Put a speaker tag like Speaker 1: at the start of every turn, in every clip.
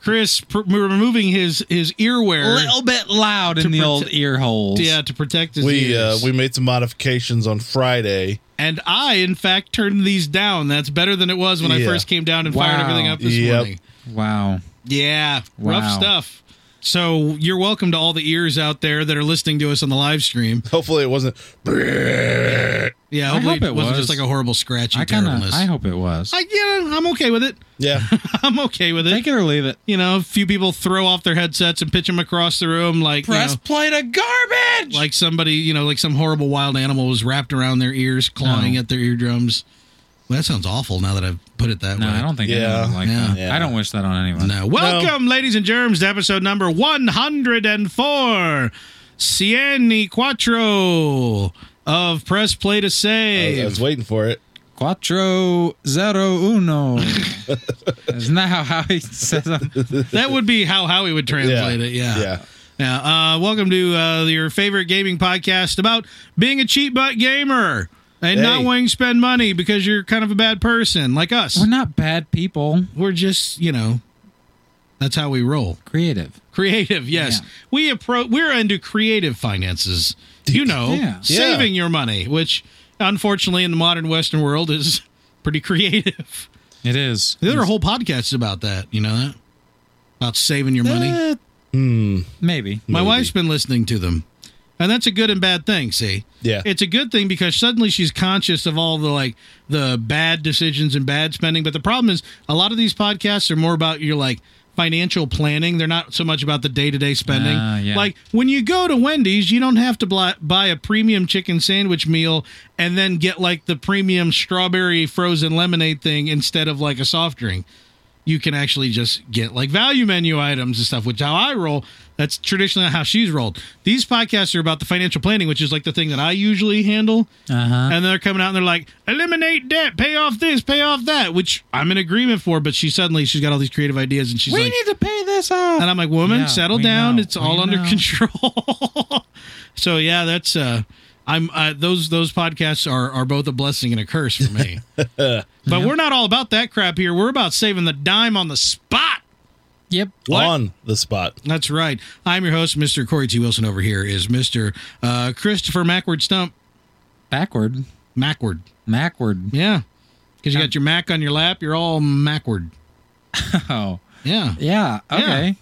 Speaker 1: Chris pr- removing his his earwear.
Speaker 2: A little bit loud
Speaker 1: To
Speaker 2: in the
Speaker 1: prote-
Speaker 2: old ear holes.
Speaker 1: yeah, to protect his
Speaker 3: We uh,
Speaker 1: ears.
Speaker 3: we made some modifications on Friday.
Speaker 1: and I, in fact, turned these down. That's better than it was when I
Speaker 3: Yeah.
Speaker 1: first came down and fired
Speaker 2: Wow.
Speaker 1: everything up this
Speaker 3: Yep.
Speaker 1: morning.
Speaker 2: Wow.
Speaker 1: Yeah, rough
Speaker 2: Wow.
Speaker 1: stuff. So you're welcome to all the ears out there that are listening to us on the live stream.
Speaker 3: Hopefully, it wasn't.
Speaker 1: Yeah, hopefully
Speaker 2: hope it
Speaker 1: wasn't
Speaker 2: was.
Speaker 1: just like a horrible scratchy
Speaker 2: I kind of.
Speaker 1: terribleness.
Speaker 2: I hope it was.
Speaker 1: I, yeah, I'm okay with it.
Speaker 3: Yeah,
Speaker 1: I'm okay with it.
Speaker 2: Take it or leave it.
Speaker 1: You know, a few people throw off their headsets and pitch them across the room like you know,
Speaker 2: Press play to garbage.
Speaker 1: like somebody, you know, like some horrible wild animal was wrapped around their ears, clawing
Speaker 2: No.
Speaker 1: at their eardrums. Well, that sounds awful now that I've put it that
Speaker 2: no,
Speaker 1: way.
Speaker 2: I don't think
Speaker 3: Yeah.
Speaker 2: anyone would like that.
Speaker 3: Yeah.
Speaker 2: I don't wish that on anyone.
Speaker 1: No. Welcome, ladies and germs, to episode number 104. Cien y Cuatro of Press Play to
Speaker 3: I
Speaker 1: Save.
Speaker 3: was waiting for it.
Speaker 2: Cuatro zero uno. Isn't that how, how he says it?
Speaker 1: that would be how Howie would translate it. Yeah.
Speaker 3: yeah.
Speaker 1: Yeah. Uh, welcome to uh, your favorite gaming podcast about being a cheap butt gamer and not
Speaker 3: Hey.
Speaker 1: wanting to spend money because you're kind of a bad person like us.
Speaker 2: We're not bad people.
Speaker 1: We're just, you know, that's how we roll.
Speaker 2: Creative.
Speaker 1: Creative, yes.
Speaker 2: Yeah.
Speaker 1: We approach. We're into creative finances. You know,
Speaker 2: Yeah.
Speaker 1: saving
Speaker 3: Yeah.
Speaker 1: your money, which unfortunately in the modern Western world is pretty creative.
Speaker 2: It is.
Speaker 1: There are whole podcasts about that. You know that about saving your money.
Speaker 2: Uh, Maybe.
Speaker 1: My
Speaker 3: Maybe.
Speaker 1: wife's been listening to them. And that's a good and bad thing, see?
Speaker 3: Yeah.
Speaker 1: It's a good thing because suddenly she's conscious of all the like the bad decisions and bad spending. But the problem is a lot of these podcasts are more about your like financial planning. They're not so much about the day to day spending.
Speaker 2: Ah, yeah.
Speaker 1: Like when you go to Wendy's, you don't have to bli- buy a premium chicken sandwich meal and then get like the premium strawberry frozen lemonade thing instead of like a soft drink you can actually just get like value menu items and stuff, which how I roll. That's traditionally how she's rolled. These podcasts are about the financial planning, which is like the thing that I usually handle.
Speaker 2: Uh-huh.
Speaker 1: And they're coming out and they're like, eliminate debt, pay off this, pay off that, which I'm in agreement for. But she suddenly she's got all these creative ideas and she's
Speaker 2: We
Speaker 1: like,
Speaker 2: need to pay this off.
Speaker 1: and I'm like, woman,
Speaker 2: Yeah,
Speaker 1: settle
Speaker 2: we
Speaker 1: down.
Speaker 2: know,
Speaker 1: It's all
Speaker 2: we
Speaker 1: under
Speaker 2: know."
Speaker 1: control. so yeah, that's uh, I'm uh, those those podcasts are are both a blessing and a curse for me. but we're not all about that crap here. We're about saving the dime on the spot.
Speaker 2: Yep.
Speaker 3: On the spot.
Speaker 1: That's right. I'm your host, Mr. Corey T. Wilson. Over here is Mr. Uh, Christopher Mackward Stump.
Speaker 2: Backward.
Speaker 1: Mackward,
Speaker 2: Backward.
Speaker 1: yeah, because you got your Mac on your lap. You're all Mackward.
Speaker 2: Oh.
Speaker 1: Yeah.
Speaker 2: Yeah. Okay.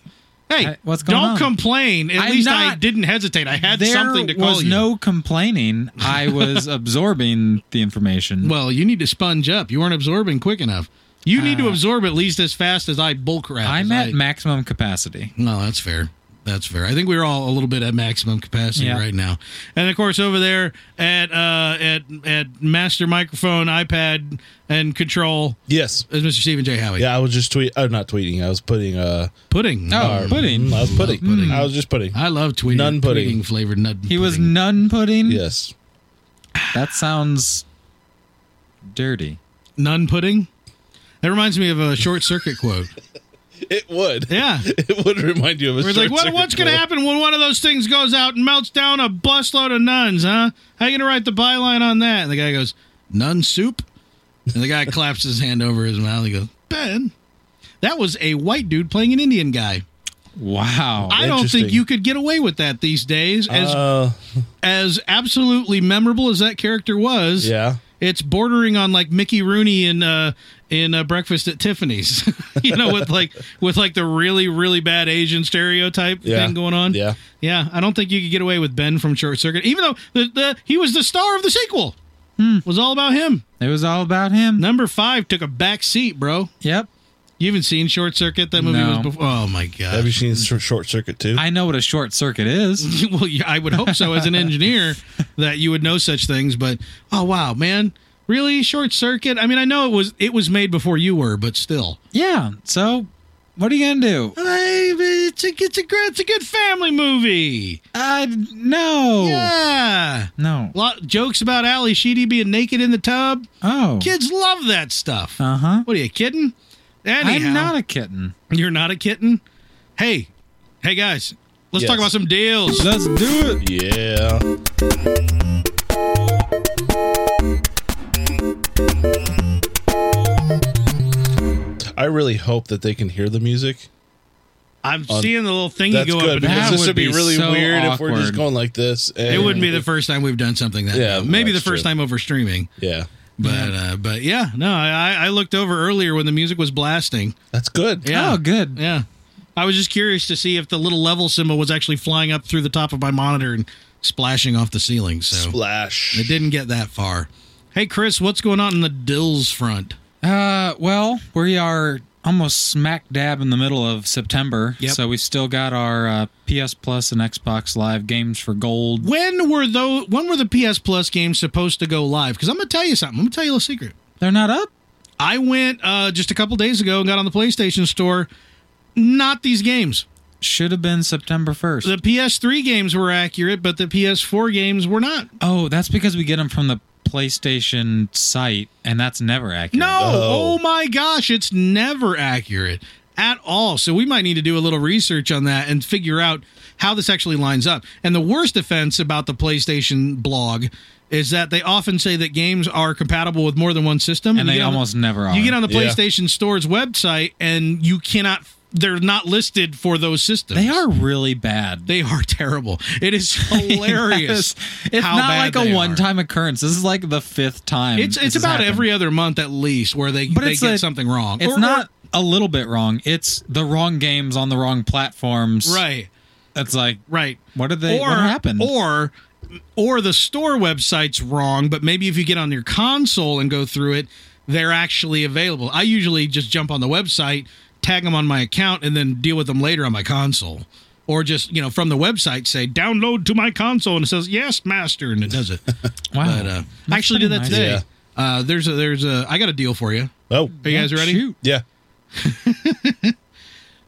Speaker 1: Hey,
Speaker 2: I- what's going
Speaker 1: don't
Speaker 2: on?
Speaker 1: complain. At
Speaker 2: I'm
Speaker 1: least I
Speaker 2: not-
Speaker 1: didn't hesitate. I had
Speaker 2: There
Speaker 1: something to call
Speaker 2: was
Speaker 1: you.
Speaker 2: no complaining. I was absorbing the information.
Speaker 1: Well, you need to sponge up. You weren't absorbing quick enough. You need
Speaker 2: Uh,
Speaker 1: to absorb at least as fast as I bull crap.
Speaker 2: I'm
Speaker 1: as
Speaker 2: at
Speaker 1: I-
Speaker 2: maximum capacity.
Speaker 1: no, that's fair. That's fair. I think we're all a little bit at maximum capacity
Speaker 2: Yeah.
Speaker 1: right now. And of course, over there at uh, at at master microphone, iPad, and control
Speaker 3: Yes.
Speaker 1: is Mr. Stephen J. Howie.
Speaker 3: Yeah, I was just tweet. I'm not tweeting. I was putting. Uh,
Speaker 1: Pudding.
Speaker 2: Oh,
Speaker 3: our-
Speaker 2: pudding.
Speaker 3: I was putting. I was just putting.
Speaker 1: I love tweeting.
Speaker 3: Nun pudding.
Speaker 1: flavored nut.
Speaker 2: He was
Speaker 1: pudding.
Speaker 2: nun pudding.
Speaker 3: Yes.
Speaker 2: That sounds dirty.
Speaker 1: nun pudding. That reminds me of a short circuit quote.
Speaker 3: It would.
Speaker 1: Yeah.
Speaker 3: It would remind you of a.
Speaker 1: We're like, what, what's going to happen when one of those things goes out and melts down a busload of nuns, huh? How you going to write the byline on that? And the guy goes, nun soup? And the guy claps his hand over his mouth. He goes, Ben, that was a white dude playing an Indian guy.
Speaker 2: Wow.
Speaker 1: I don't think
Speaker 3: Interesting.
Speaker 1: you could get away with that these days. As,
Speaker 3: Uh,
Speaker 1: as absolutely memorable as that character was,
Speaker 3: yeah.
Speaker 1: it's bordering on like Mickey Rooney in uh in uh, Breakfast at Tiffany's, you know, with like with like the really really bad Asian stereotype
Speaker 3: Yeah.
Speaker 1: thing going on.
Speaker 3: Yeah.
Speaker 1: yeah. I don't think you could get away with Ben from Short Circuit, even though the, the he was the star of the sequel. It Was all about him.
Speaker 2: it was all about him.
Speaker 1: Number five took a back seat, bro.
Speaker 2: Yep.
Speaker 1: You haven't seen Short Circuit? That movie
Speaker 2: No.
Speaker 1: was before. Oh my
Speaker 3: Have you
Speaker 1: god.
Speaker 3: seen Sh- Short Circuit too?
Speaker 2: I know what a short circuit is.
Speaker 1: well, yeah, I would hope so. As an engineer, that you would know such things. But oh wow, man, really Short Circuit? I mean, I know it was it was made before you were, but still.
Speaker 2: Yeah. So, what are you gonna do?
Speaker 1: Hey, It's a, it's a great, it's a good family movie. Oh.
Speaker 2: Uh, no.
Speaker 1: Yeah.
Speaker 2: No.
Speaker 1: Lot jokes about Ali Sheedy being naked in the tub.
Speaker 2: Oh.
Speaker 1: Kids love that stuff.
Speaker 2: Uh huh.
Speaker 1: What are you kidding? Anyhow,
Speaker 2: I'm not a kitten.
Speaker 1: you're not a kitten. Hey, hey guys, let's
Speaker 3: Yes.
Speaker 1: talk about some deals.
Speaker 2: Let's do it.
Speaker 3: yeah. I really hope that they can hear the music
Speaker 1: I'm
Speaker 3: On-
Speaker 1: seeing the little thingy
Speaker 3: Um, That's
Speaker 1: go up.
Speaker 3: good
Speaker 1: And down.
Speaker 2: That
Speaker 3: because this
Speaker 2: would
Speaker 3: would be,
Speaker 2: be
Speaker 3: really
Speaker 2: so
Speaker 3: weird if we're just
Speaker 2: awkward.
Speaker 3: going like this.
Speaker 1: It
Speaker 3: and-
Speaker 1: wouldn't be the first time we've done something that.
Speaker 3: Yeah,
Speaker 1: Yeah, maybe the
Speaker 3: that's
Speaker 1: first
Speaker 3: true.
Speaker 1: time over streaming.
Speaker 3: Yeah,
Speaker 1: But uh, but yeah, no, I, I looked over earlier when the music was blasting.
Speaker 3: that's good.
Speaker 1: Yeah.
Speaker 2: Oh, good.
Speaker 1: Yeah, I was just curious to see if the little level symbol was actually flying up through the top of my monitor and splashing off the ceiling. So
Speaker 3: Splash.
Speaker 1: it didn't get that far. Hey Chris, what's going on in the Dills front?
Speaker 2: Uh, well, we are almost smack dab in the middle of September,
Speaker 1: Yep.
Speaker 2: so we still got our uh, PS Plus and Xbox Live games for gold.
Speaker 1: When were though? When were the PS Plus games supposed to go live? Because I'm gonna tell you something. I'm gonna tell you a little secret.
Speaker 2: They're not up.
Speaker 1: I went uh, just a couple days ago and got on the PlayStation Store. Not these games.
Speaker 2: Should have been September first.
Speaker 1: The PS3 games were accurate, but the PS4 games were not.
Speaker 2: Oh, that's because we get them from the PlayStation site, and that's never accurate.
Speaker 1: No.
Speaker 3: Oh.
Speaker 1: Oh my gosh, it's never accurate at all. So we might need to do a little research on that and figure out how this actually lines up. And the worst offense about the PlayStation blog is that they often say that games are compatible with more than one system.
Speaker 2: and
Speaker 1: you
Speaker 2: they
Speaker 1: get on the-
Speaker 2: almost never are.
Speaker 1: You get on the
Speaker 3: Yeah.
Speaker 1: PlayStation Store's website and you cannot they're not listed for those systems.
Speaker 2: They are really bad.
Speaker 1: They are terrible. It is hilarious.
Speaker 2: It's
Speaker 1: how
Speaker 2: not
Speaker 1: bad
Speaker 2: like
Speaker 1: they
Speaker 2: a
Speaker 1: are.
Speaker 2: one-time occurrence. This is like the fifth time.
Speaker 1: It's
Speaker 2: this
Speaker 1: it's
Speaker 2: has
Speaker 1: about
Speaker 2: happened.
Speaker 1: every other month at least where they,
Speaker 2: But
Speaker 1: they
Speaker 2: it's
Speaker 1: get
Speaker 2: a-
Speaker 1: something wrong.
Speaker 2: It's
Speaker 1: Or- or-
Speaker 2: not a little bit wrong. It's the wrong games on the wrong platforms.
Speaker 1: right,
Speaker 2: That's like
Speaker 1: right.
Speaker 2: what did they?
Speaker 1: or
Speaker 2: what happened?
Speaker 1: Or or the store website's wrong, but maybe if you get on your console and go through it, they're actually available. I usually just jump on the website, tag them on my account, and then deal with them later on my console. Or just, you know, from the website say, download to my console and it says, Yes, master, and it does it.
Speaker 2: wow.
Speaker 1: But uh I actually did that
Speaker 2: pretty nice.
Speaker 1: today.
Speaker 3: Yeah.
Speaker 1: Uh there's a there's a I got a deal for you.
Speaker 3: Oh,
Speaker 1: Are you guys ready?
Speaker 2: Shoot.
Speaker 3: yeah.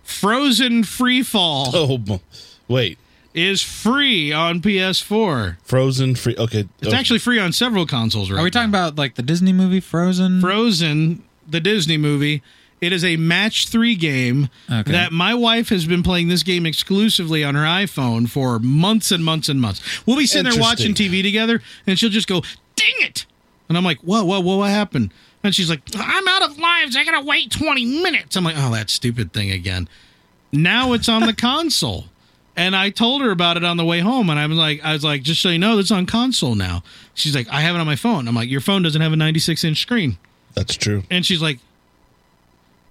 Speaker 1: Frozen Free Fall
Speaker 3: Oh, m- wait.
Speaker 1: is free on PS4.
Speaker 3: Frozen free. Okay.
Speaker 1: It's
Speaker 3: Oh,
Speaker 1: actually free on several consoles right
Speaker 2: Are we talking about like the Disney movie Frozen?
Speaker 1: Frozen, the Disney movie. It is a match three game
Speaker 2: Okay.
Speaker 1: that my wife has been playing this game exclusively on her iPhone for months and months and months. We'll be sitting there watching
Speaker 3: Interesting.
Speaker 1: TV together, and she'll just go, "Dang it!" And I'm like, "Whoa, whoa, whoa! What happened?" And she's like, "I'm out of lives. I gotta wait 20 minutes." I'm like, "Oh, that stupid thing again." Now it's on the console. And I told her about it on the way home, and I'm like, I was like, just so you know, it's on console now. She's like, I have it on my phone. I'm like, your phone doesn't have a 96 inch screen
Speaker 3: that's true.
Speaker 1: and she's like,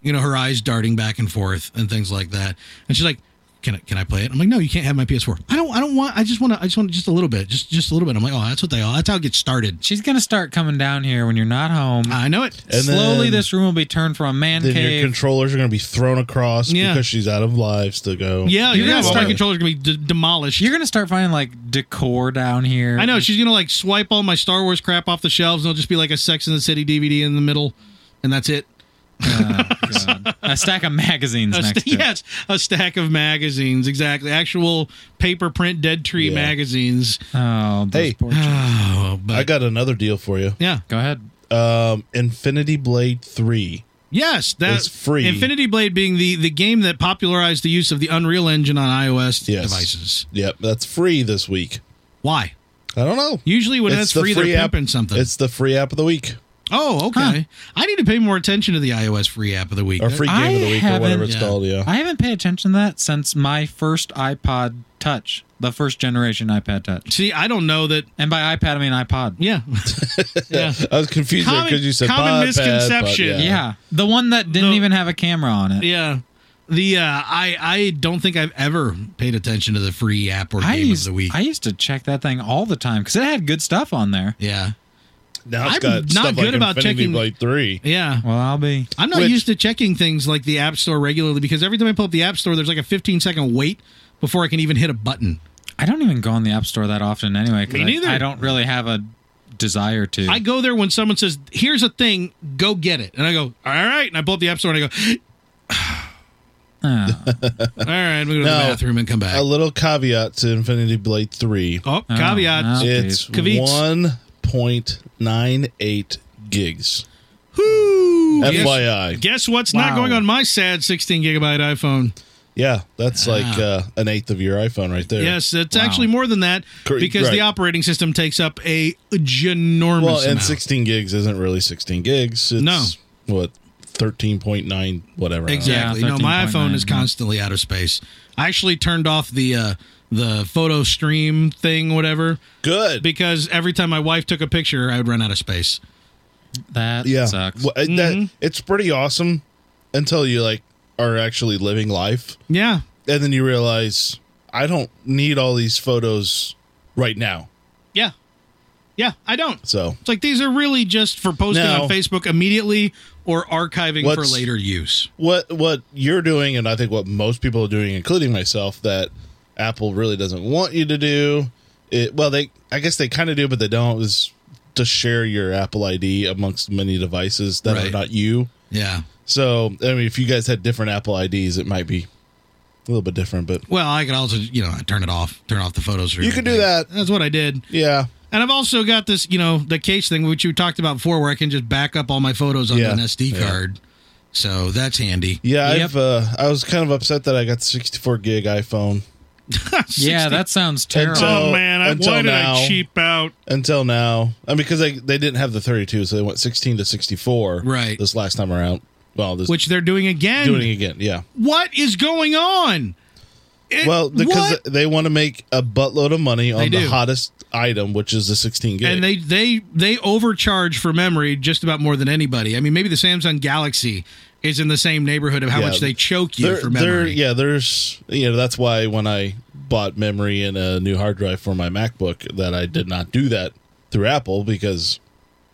Speaker 1: you know, her eyes darting back and forth and things like that. And she's like, "Can I can I play it?" I'm like, "No, you can't have my PS4. I don't I don't want. I just want to. I just want just a little bit, just just a little bit." I'm like, "Oh, that's what they all. That's how it gets started."
Speaker 2: She's gonna start coming down here when you're not home.
Speaker 1: I know it.
Speaker 3: And then-
Speaker 2: Slowly, this room will be turned from a man
Speaker 3: Then your
Speaker 2: cave.
Speaker 3: controllers are going to be thrown across
Speaker 1: Yeah.
Speaker 3: because she's out of lives to go.
Speaker 1: Yeah, you're, gonna
Speaker 2: You're gonna
Speaker 1: have all my
Speaker 2: start-
Speaker 1: controllers gonna be d- demolished.
Speaker 2: You're gonna start finding like decor down here. Oh,
Speaker 1: I know she's gonna like swipe all my Star Wars crap off the shelves, and it'll just be like a Sex and the City DVD in the middle, and that's it.
Speaker 2: God. a stack of magazines
Speaker 1: A
Speaker 2: next
Speaker 1: st-
Speaker 2: to it.
Speaker 1: yes, a stack of magazines, exactly, actual paper print dead tree
Speaker 3: Yeah.
Speaker 1: magazines.
Speaker 2: Oh, those
Speaker 3: Hey.
Speaker 2: poor children.
Speaker 1: Oh, but
Speaker 3: I got another deal for you.
Speaker 1: yeah.
Speaker 2: Go ahead.
Speaker 3: Um, Infinity Blade 3.
Speaker 1: Yes, that's
Speaker 3: It's free.
Speaker 1: Infinity Blade being the the game that popularized the use of the Unreal Engine on iOS
Speaker 3: Yes.
Speaker 1: devices.
Speaker 3: Yep, that's free this week.
Speaker 1: Why?
Speaker 3: I don't know.
Speaker 1: Usually when it's,
Speaker 3: the
Speaker 1: free, they're
Speaker 3: app.
Speaker 1: pimping something.
Speaker 3: It's the free app of the week
Speaker 1: oh, okay.
Speaker 2: Huh.
Speaker 1: I need to pay more attention to the iOS free app of the week.
Speaker 3: or free game
Speaker 2: I
Speaker 3: of the week or
Speaker 2: haven't-
Speaker 3: whatever it's
Speaker 1: yeah.
Speaker 3: called. Yeah.
Speaker 2: I haven't paid attention to that since my first iPod Touch, the first generation iPad Touch.
Speaker 1: See, I don't know that.
Speaker 2: And by iPad, I mean iPod.
Speaker 1: Yeah, yeah.
Speaker 3: I was confused
Speaker 1: Common-
Speaker 3: because you said
Speaker 1: common
Speaker 3: pod, pad,
Speaker 1: misconception.
Speaker 3: pod,
Speaker 2: Yeah, the one that didn't even have a camera on it.
Speaker 1: Yeah. The uh, I I don't think I've ever paid attention to the free app or
Speaker 2: I
Speaker 1: game
Speaker 2: used
Speaker 1: of the week.
Speaker 2: I used to check that thing all the time because it had good stuff on there.
Speaker 1: yeah,
Speaker 3: Now it's
Speaker 1: I'm
Speaker 3: got
Speaker 1: not
Speaker 3: stuff
Speaker 1: good
Speaker 3: like
Speaker 1: about
Speaker 3: Infinity
Speaker 1: checking-
Speaker 3: Blade Three.
Speaker 1: yeah.
Speaker 2: Well, I'll be.
Speaker 1: I'm not
Speaker 3: Which-
Speaker 1: used to checking things like the App Store regularly because every time I pull up the App Store, there's like a 15 second wait before I can even hit a button.
Speaker 2: I don't even go on the App Store that often anyway. 'cause
Speaker 1: Me
Speaker 2: I-
Speaker 1: neither.
Speaker 2: I, don't really have a desire to.
Speaker 1: I go there when someone says, "Here's a thing, go get it," and I go, "All right," and I pull up the app store and I go,
Speaker 2: Oh.
Speaker 1: "All right, I'm gonna go to the
Speaker 3: No.
Speaker 1: bathroom and come back."
Speaker 3: A little caveat to Infinity Blade Three.
Speaker 1: oh, caveat.
Speaker 2: no.
Speaker 3: It's
Speaker 1: Caveats.
Speaker 3: one point nine eight gigs.
Speaker 1: Whoo! Guess,
Speaker 3: FYI.
Speaker 1: guess what's not
Speaker 2: Wow.
Speaker 1: going on my sad 16 gigabyte iPhone?
Speaker 3: Yeah, that's like uh, an eighth of your iPhone right there.
Speaker 1: Yes, it's
Speaker 2: Wow.
Speaker 1: actually more than that
Speaker 3: Cor-
Speaker 1: because the
Speaker 3: right.
Speaker 1: operating system takes up a ginormous
Speaker 3: Well, and
Speaker 1: amount.
Speaker 3: sixteen gigs isn't really sixteen gigs. It's
Speaker 1: No.
Speaker 3: What? thirteen point nine whatever.
Speaker 1: Exactly.
Speaker 2: Yeah,
Speaker 1: no, my
Speaker 2: 13.9,
Speaker 1: iPhone is
Speaker 2: yeah.
Speaker 1: constantly out of space. I actually turned off the uh, the photo stream thing, whatever,
Speaker 3: Good.
Speaker 1: because every time my wife took a picture, I would run out of space.
Speaker 2: That
Speaker 3: yeah.
Speaker 2: sucks.
Speaker 3: Well, it- that- it's pretty awesome until you like are actually living life,
Speaker 1: Yeah,
Speaker 3: and then you realize I don't need all these photos right now.
Speaker 1: yeah, yeah. I don't.
Speaker 3: So
Speaker 1: It's like these are really just for posting
Speaker 3: No.
Speaker 1: on Facebook immediately or archiving for
Speaker 3: What's-
Speaker 1: later use.
Speaker 3: what what you're doing, and I think what most people are doing, including myself, that Apple really doesn't want you to do. It, well, they I guess they kind of do, but they don't. Is to share your Apple ID amongst many devices that are
Speaker 1: Right.
Speaker 3: not you.
Speaker 1: Yeah.
Speaker 3: So I mean, if you guys had different Apple IDs, it might be a little bit different. But
Speaker 1: Well, I could also, you know, turn it off, turn off the photo stream.
Speaker 3: You could do that.
Speaker 1: That's what I did.
Speaker 3: yeah,
Speaker 1: And I've also got this, you know, the case thing which you talked about before, where I can just back up all my photos onto
Speaker 3: Yeah.
Speaker 1: an SD
Speaker 3: Yeah.
Speaker 1: card. So that's handy.
Speaker 3: yeah,
Speaker 2: Yep.
Speaker 3: I've uh, I was kind of upset that I got the 64 gig iPhone
Speaker 2: yeah,
Speaker 1: 60
Speaker 2: that sounds terrible.
Speaker 3: so- Oh, man, I- Until why did I now. cheap
Speaker 1: out?
Speaker 3: until now. I mean, because they they didn't have the 32, so they went 16 to 64.
Speaker 1: Right.
Speaker 3: This last time around. Well, this
Speaker 1: Which they're doing again.
Speaker 3: doing it again. Yeah.
Speaker 1: what is going on? It-
Speaker 3: Well, because
Speaker 1: what?
Speaker 3: they want to make a buttload of money
Speaker 1: They
Speaker 3: on the
Speaker 1: do.
Speaker 3: hottest item, which is the 16 gig.
Speaker 1: and they they they overcharge for memory just about more than anybody. I mean, maybe the Samsung Galaxy is in the same neighborhood of how
Speaker 3: Yeah.
Speaker 1: much they choke you
Speaker 3: There-
Speaker 1: for
Speaker 3: there-
Speaker 1: memory.
Speaker 3: yeah, there's you know that's why when I bought memory and a new hard drive for my MacBook that I did not do that through Apple because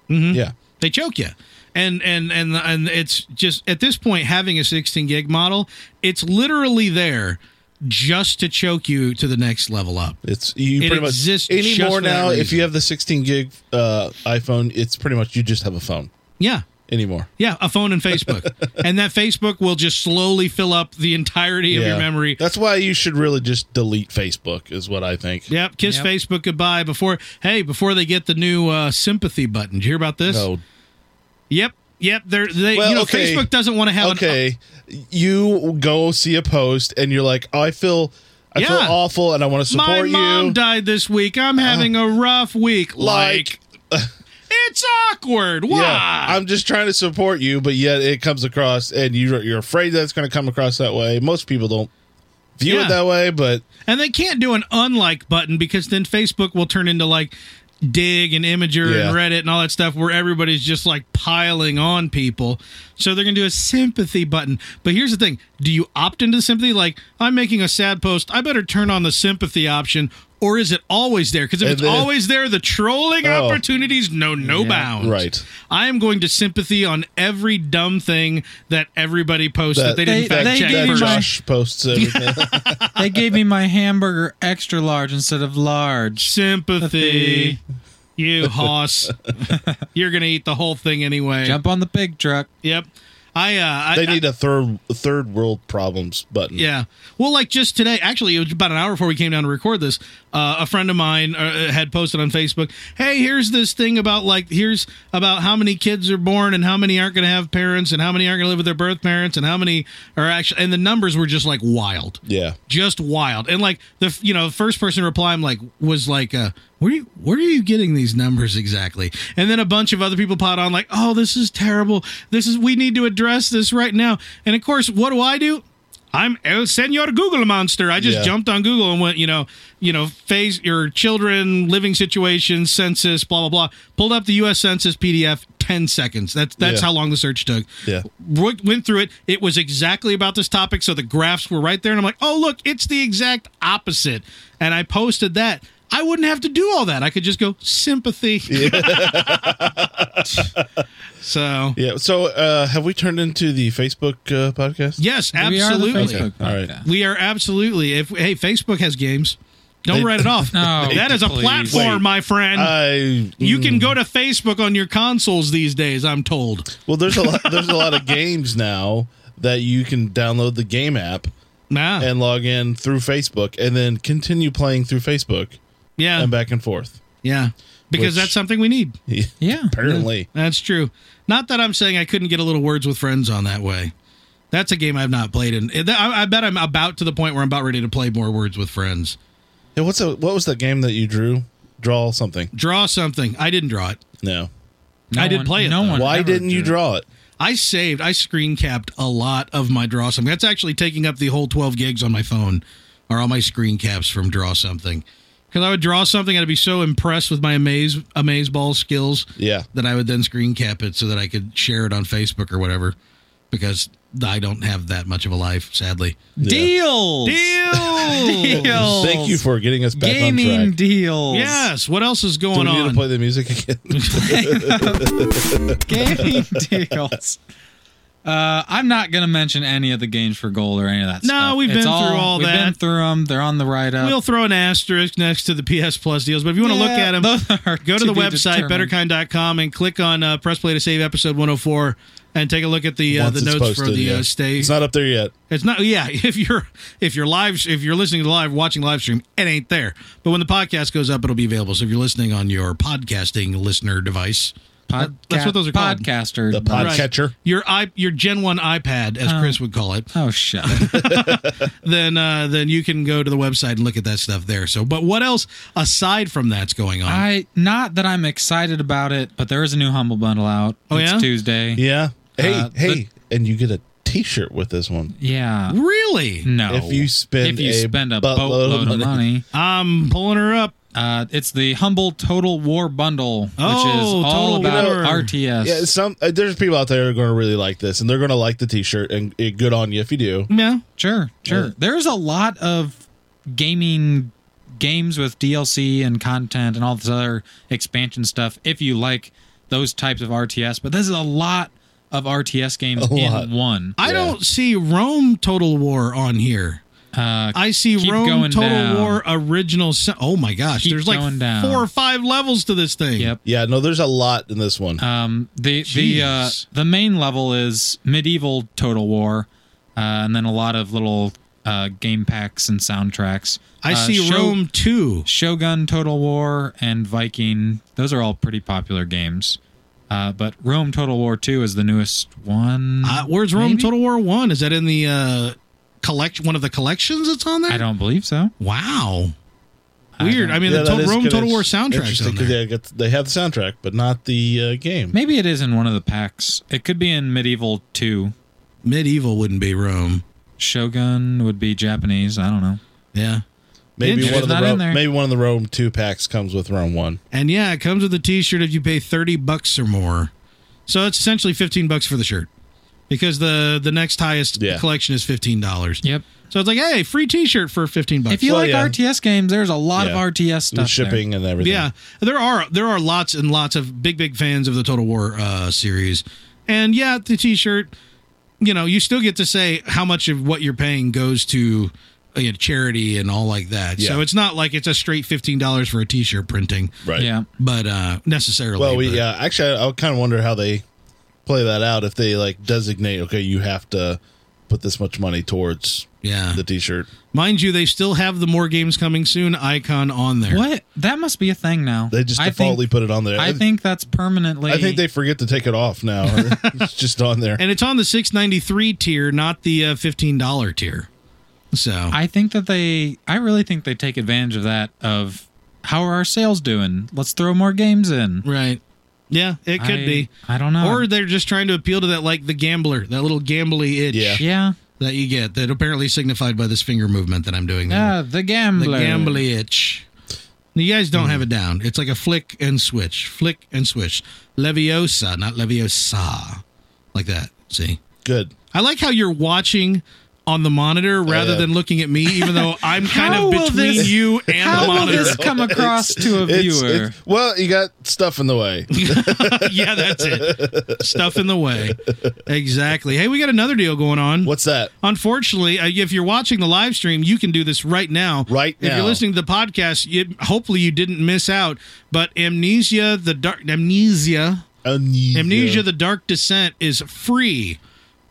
Speaker 1: Mm-hmm.
Speaker 3: yeah
Speaker 1: they choke you and and and and it's just at this point having a 16 gig model it's literally there just to choke you to the next level up
Speaker 3: it's you
Speaker 1: It
Speaker 3: pretty much
Speaker 1: exists just
Speaker 3: anymore
Speaker 1: for that
Speaker 3: now. If
Speaker 1: reason.
Speaker 3: you have the 16 gig uh, iPhone, it's pretty much you just have a phone
Speaker 1: yeah
Speaker 3: anymore.
Speaker 1: yeah a phone and facebook and that facebook will just slowly fill up the entirety of your memory
Speaker 3: That's why you should really just delete Facebook, is what I think.
Speaker 1: yep kiss
Speaker 2: Yep.
Speaker 1: facebook goodbye before hey before they get the new uh, sympathy button did you hear about this
Speaker 3: No
Speaker 1: yep yep they're they
Speaker 3: Well,
Speaker 1: you know
Speaker 3: okay.
Speaker 1: facebook doesn't want to have an
Speaker 3: okay you go see a post and you're like oh, i feel i feel
Speaker 1: Yeah.
Speaker 3: awful and i want to support
Speaker 1: my
Speaker 3: you
Speaker 1: mom died this week i'm having a rough week
Speaker 3: like-
Speaker 1: it's awkward why
Speaker 3: yeah i'm just trying to support you but yet it comes across and you're, you're afraid that's going to come across that way most people don't view
Speaker 1: Yeah.
Speaker 3: it that way but
Speaker 1: And they can't do an unlike button because then Facebook will turn into like Dig and Imager
Speaker 3: Yeah.
Speaker 1: and Reddit and all that stuff where everybody's just like piling on people. So they're going to do a sympathy button. But here's the thing do you opt into sympathy? Like, I'm making a sad post. I better turn on the sympathy option. Or is it always there? Because if
Speaker 3: And
Speaker 1: it's
Speaker 3: then-
Speaker 1: always there, the trolling
Speaker 3: Oh.
Speaker 1: opportunities know no
Speaker 2: Yeah.
Speaker 1: bounds.
Speaker 3: Right.
Speaker 1: I am going to sympathy on every dumb thing that everybody posts that,
Speaker 3: That-
Speaker 1: they didn't
Speaker 2: They-
Speaker 1: fact
Speaker 2: they
Speaker 1: check
Speaker 3: that
Speaker 2: gave you
Speaker 1: first.
Speaker 2: my-
Speaker 3: josh posts everything
Speaker 2: they gave me my hamburger extra large instead of large.
Speaker 1: sympathy. You hoss. You're gonna eat the whole thing anyway.
Speaker 2: Jump on the big truck.
Speaker 1: Yep. I uh I,
Speaker 3: they
Speaker 1: I-
Speaker 3: need a third third world problems button
Speaker 1: yeah. Well, like just today, actually, it was about an hour before we came down to record this. Uh, a friend of mine uh, had posted on Facebook, "Hey, here's this thing about like here's about how many kids are born and how many aren't going to have parents and how many aren't going to live with their birth parents and how many are actually." And the numbers were just like wild.
Speaker 3: yeah
Speaker 1: just wild. And like the f- you know the first person to reply, I'm like was like, uh, where you where are you getting these numbers exactly? And then a bunch of other people pot on like, oh, this is terrible. This is we need to address this right now. And of course, what do I do? I'm El Senor Google monster. I just
Speaker 3: Yeah.
Speaker 1: jumped on Google and went, you know, you know, phase your children, living situation, census, blah blah blah. Pulled up the U.S. Census PDF. Ten seconds. That's that's
Speaker 3: Yeah.
Speaker 1: how long the search took
Speaker 3: Yeah.
Speaker 1: went went through it. It was exactly about this topic, so the graphs were right there, and I'm like, oh look, it's the exact opposite. And I posted that. I wouldn't have to do all that. I could just go sympathy. so
Speaker 3: yeah so uh have we turned into the facebook uh, podcast
Speaker 1: yes,
Speaker 2: We are the
Speaker 1: absolutely.
Speaker 2: Facebook
Speaker 3: Okay. All right.
Speaker 2: podcast.
Speaker 1: We are absolutely. If hey, Facebook has games. Don't
Speaker 3: They-
Speaker 1: write it off.
Speaker 2: No,
Speaker 1: that is a
Speaker 2: please.
Speaker 1: platform,
Speaker 3: Wait. Uh, mm.
Speaker 1: my friend.
Speaker 3: i
Speaker 1: you can go to Facebook on your consoles these days. I'm told.
Speaker 3: well there's a lot there's a lot of games now that you can download the game app
Speaker 1: Nah.
Speaker 3: and log in through Facebook and then continue playing through Facebook
Speaker 1: yeah,
Speaker 3: and back and forth.
Speaker 1: yeah. Because
Speaker 3: Which-
Speaker 1: that's something we need.
Speaker 2: Yeah.
Speaker 3: Apparently.
Speaker 1: That's true. Not that I'm saying I couldn't get a little words with friends on that way. That's a game I've not played in. eh, I, I bet I'm about to the point where I'm about ready to play more words with friends.
Speaker 3: Yeah, what's a, what was that game that you drew? Draw something.
Speaker 1: Draw something. I didn't draw it.
Speaker 3: No.
Speaker 2: No
Speaker 1: I did
Speaker 2: one-
Speaker 1: play it,
Speaker 2: No
Speaker 1: though.
Speaker 2: one.
Speaker 3: Why
Speaker 2: ever
Speaker 3: didn't you
Speaker 2: did.
Speaker 3: draw it?
Speaker 1: I saved, I screen capped a lot of my draw something. That's actually taking up the whole 12 gigs on my phone, are all my screen caps from draw something. Because I would draw something, I'd be so impressed with my amaze amaze ball skills
Speaker 3: Yeah.
Speaker 1: that I would then screen cap it so that I could share it on Facebook or whatever. Because I don't have that much of a life, sadly.
Speaker 2: Deals.
Speaker 1: Deal.
Speaker 2: Deals.
Speaker 3: Thank you for getting us back on
Speaker 2: gaming
Speaker 3: track.
Speaker 2: deals.
Speaker 1: yes. What else is
Speaker 3: Do we
Speaker 1: going
Speaker 3: need to
Speaker 1: on?
Speaker 3: play the music again?
Speaker 2: gaming deals. Uh, I'm not gonna mention any of the games for gold or any of that
Speaker 1: No,
Speaker 2: stuff.
Speaker 1: we've been through all
Speaker 2: we've
Speaker 1: that.
Speaker 2: been through them. They're on the write up.
Speaker 1: We'll throw an asterisk next to the PS Plus deals, but if you want to look at them, go to, the website betterkind.com and click on uh, press play to save episode 104 and take a look at the uh,
Speaker 3: Once
Speaker 1: the
Speaker 3: it's
Speaker 1: notes for
Speaker 3: posted,
Speaker 1: the
Speaker 3: yeah.
Speaker 1: uh, stay
Speaker 3: It's not up there yet.
Speaker 1: it's not yeah if you're if you're live if you're listening to live watching live stream it ain't there but when the podcast goes up it'll be available so if you're listening on your podcasting listener device
Speaker 2: Podca-
Speaker 1: That's what those are called.
Speaker 2: Podcaster.
Speaker 3: The pod-
Speaker 1: Right.
Speaker 3: Podcatcher.
Speaker 1: your i your gen 1 ipad as chris would call it
Speaker 2: oh shut. up.
Speaker 1: then uh then you can go to the website and look at that stuff there so but what else aside from that's going on
Speaker 2: I not that I'm excited about it, but there is a new humble bundle out.
Speaker 1: Oh,
Speaker 2: it's
Speaker 1: yeah?
Speaker 2: Tuesday.
Speaker 3: Yeah. Hey,
Speaker 2: Uh,
Speaker 3: hey, and you get a T-shirt with this one.
Speaker 2: Yeah.
Speaker 1: really
Speaker 2: No.
Speaker 3: If you spend
Speaker 2: if you
Speaker 3: a
Speaker 2: spend a
Speaker 3: buttload
Speaker 2: boatload
Speaker 3: of
Speaker 2: of money,
Speaker 3: money.
Speaker 1: i'm pulling her up
Speaker 2: Uh, it's the humble total war bundle, which
Speaker 1: Oh,
Speaker 2: is all
Speaker 1: Total
Speaker 2: about
Speaker 1: War.
Speaker 2: RTS.
Speaker 3: Yeah, some uh, there's people out there who are going to really like this, and they're going to like the T-shirt, and it, good on you if you do.
Speaker 1: yeah
Speaker 2: Sure, sure.
Speaker 3: Yeah.
Speaker 2: There's a lot of gaming games with DLC and content and all this other expansion stuff if you like those types of RTS, but this is a lot of RTS games
Speaker 3: A
Speaker 2: in
Speaker 3: lot.
Speaker 2: one.
Speaker 1: I
Speaker 3: Yeah.
Speaker 1: don't see Rome Total War on here.
Speaker 2: Uh,
Speaker 1: I see
Speaker 2: Keep
Speaker 1: Rome
Speaker 2: going
Speaker 1: Total
Speaker 2: down.
Speaker 1: War original. Se- oh my gosh,
Speaker 2: Keep
Speaker 1: there's like
Speaker 2: going down.
Speaker 1: four or five levels to this thing.
Speaker 2: yep.
Speaker 3: Yeah, no, there's a lot in this one.
Speaker 2: Um, the the uh,
Speaker 1: Jeez.
Speaker 2: the main level is medieval Total War, uh, and then a lot of little uh, game packs and soundtracks.
Speaker 1: I
Speaker 2: Uh,
Speaker 1: see
Speaker 2: Sho-
Speaker 1: Rome two.
Speaker 2: Shogun Total War and Viking. Those are all pretty popular games. Uh, but Rome Total War 2 is the newest one.
Speaker 1: Uh, where's Rome
Speaker 2: maybe?
Speaker 1: Total War one? Is that in the uh, collect one of the collections that's on there?
Speaker 2: I don't believe so.
Speaker 1: Wow,
Speaker 2: I
Speaker 1: weird.
Speaker 2: don't-
Speaker 1: I, mean,
Speaker 3: yeah,
Speaker 1: the
Speaker 3: that
Speaker 1: Total,
Speaker 3: is
Speaker 1: Rome
Speaker 3: kinda
Speaker 1: Total War
Speaker 3: s-
Speaker 1: soundtrack's
Speaker 3: interesting
Speaker 1: on
Speaker 3: 'cause
Speaker 1: there.
Speaker 3: They, got, they have the soundtrack, but not the uh, game.
Speaker 2: Maybe it is in one of the packs. It could be in Medieval 2.
Speaker 1: Medieval wouldn't be Rome.
Speaker 2: Shogun would be Japanese. I don't know.
Speaker 1: Yeah,
Speaker 3: Maybe
Speaker 1: It's
Speaker 3: one of the
Speaker 2: not
Speaker 3: Ro-
Speaker 2: in there.
Speaker 3: maybe one of the Rome two packs comes with Rome one.
Speaker 1: and yeah, it comes with a T-shirt if you pay thirty bucks or more. So it's essentially fifteen bucks for the shirt, because the the next highest
Speaker 3: Yeah.
Speaker 1: collection is fifteen dollars.
Speaker 2: Yep.
Speaker 1: So it's like, hey, free T-shirt for fifteen bucks.
Speaker 2: If you
Speaker 3: Well,
Speaker 2: like
Speaker 3: yeah.
Speaker 2: RTS games, there's a lot
Speaker 3: Yeah.
Speaker 2: of RTS
Speaker 3: The
Speaker 2: stuff.
Speaker 3: shipping and everything.
Speaker 1: yeah, there are there are lots and lots of big big fans of the Total War uh, series, and yeah, the T-shirt. You know, you still get to say how much of what you're paying goes to uh, you know, charity and all like that.
Speaker 3: Yeah.
Speaker 1: So it's not like it's a straight fifteen dollars for a T-shirt printing,
Speaker 3: Right.
Speaker 2: There. Yeah.
Speaker 1: but uh necessarily.
Speaker 3: Well, we
Speaker 1: but-
Speaker 3: yeah. Actually, I, I kind of wonder how they play that out. If they like designate, okay, you have to put this much money towards
Speaker 1: yeah.
Speaker 3: the T-shirt.
Speaker 1: Mind you, they still have the more games coming soon icon on there.
Speaker 2: What? That must be a thing now.
Speaker 3: They just
Speaker 2: I
Speaker 3: defaultly
Speaker 2: think,
Speaker 3: put it on there.
Speaker 2: I think that's permanently.
Speaker 3: I think they forget to take it off now. it's just on there.
Speaker 1: And it's on the six ninety three tier, not the uh, fifteen dollar tier. So
Speaker 2: I think that they I really think they take advantage of that of how are our sales doing? Let's throw more games in.
Speaker 1: Right. Yeah, it could
Speaker 2: I- uh,
Speaker 1: be.
Speaker 2: I don't know.
Speaker 1: Or they're just trying to appeal to that, like the gambler, that little gambly itch
Speaker 3: Yeah.
Speaker 2: yeah.
Speaker 1: that you get, that apparently signified by this finger movement that I'm doing. there.
Speaker 2: Yeah, the
Speaker 1: the
Speaker 2: gambler.
Speaker 1: gambly itch. You guys don't have it down. It's like a flick and switch, flick and switch. Leviosa, not Leviosa, like that. See,
Speaker 3: Good.
Speaker 1: I like how you're watching on the monitor rather
Speaker 3: yeah.
Speaker 1: than looking at me, even though I'm kind
Speaker 2: How
Speaker 1: of
Speaker 2: will
Speaker 1: between
Speaker 2: this-
Speaker 1: you and
Speaker 2: How
Speaker 1: the
Speaker 2: will
Speaker 1: monitor.
Speaker 2: this come across to a
Speaker 3: It's-
Speaker 2: viewer?
Speaker 3: it's- well, you got stuff in the way.
Speaker 1: yeah, that's it. Stuff in the way. Exactly. Hey, we got another deal going on.
Speaker 3: What's that?
Speaker 1: Unfortunately, uh, if you're watching the live stream, you can do this right now.
Speaker 3: Right
Speaker 1: If you're
Speaker 3: now.
Speaker 1: listening to the podcast, you, hopefully you didn't miss out. But Amnesia, the Dark Amnesia,
Speaker 3: Amnesia.
Speaker 1: Amnesia, the Dark Descent is free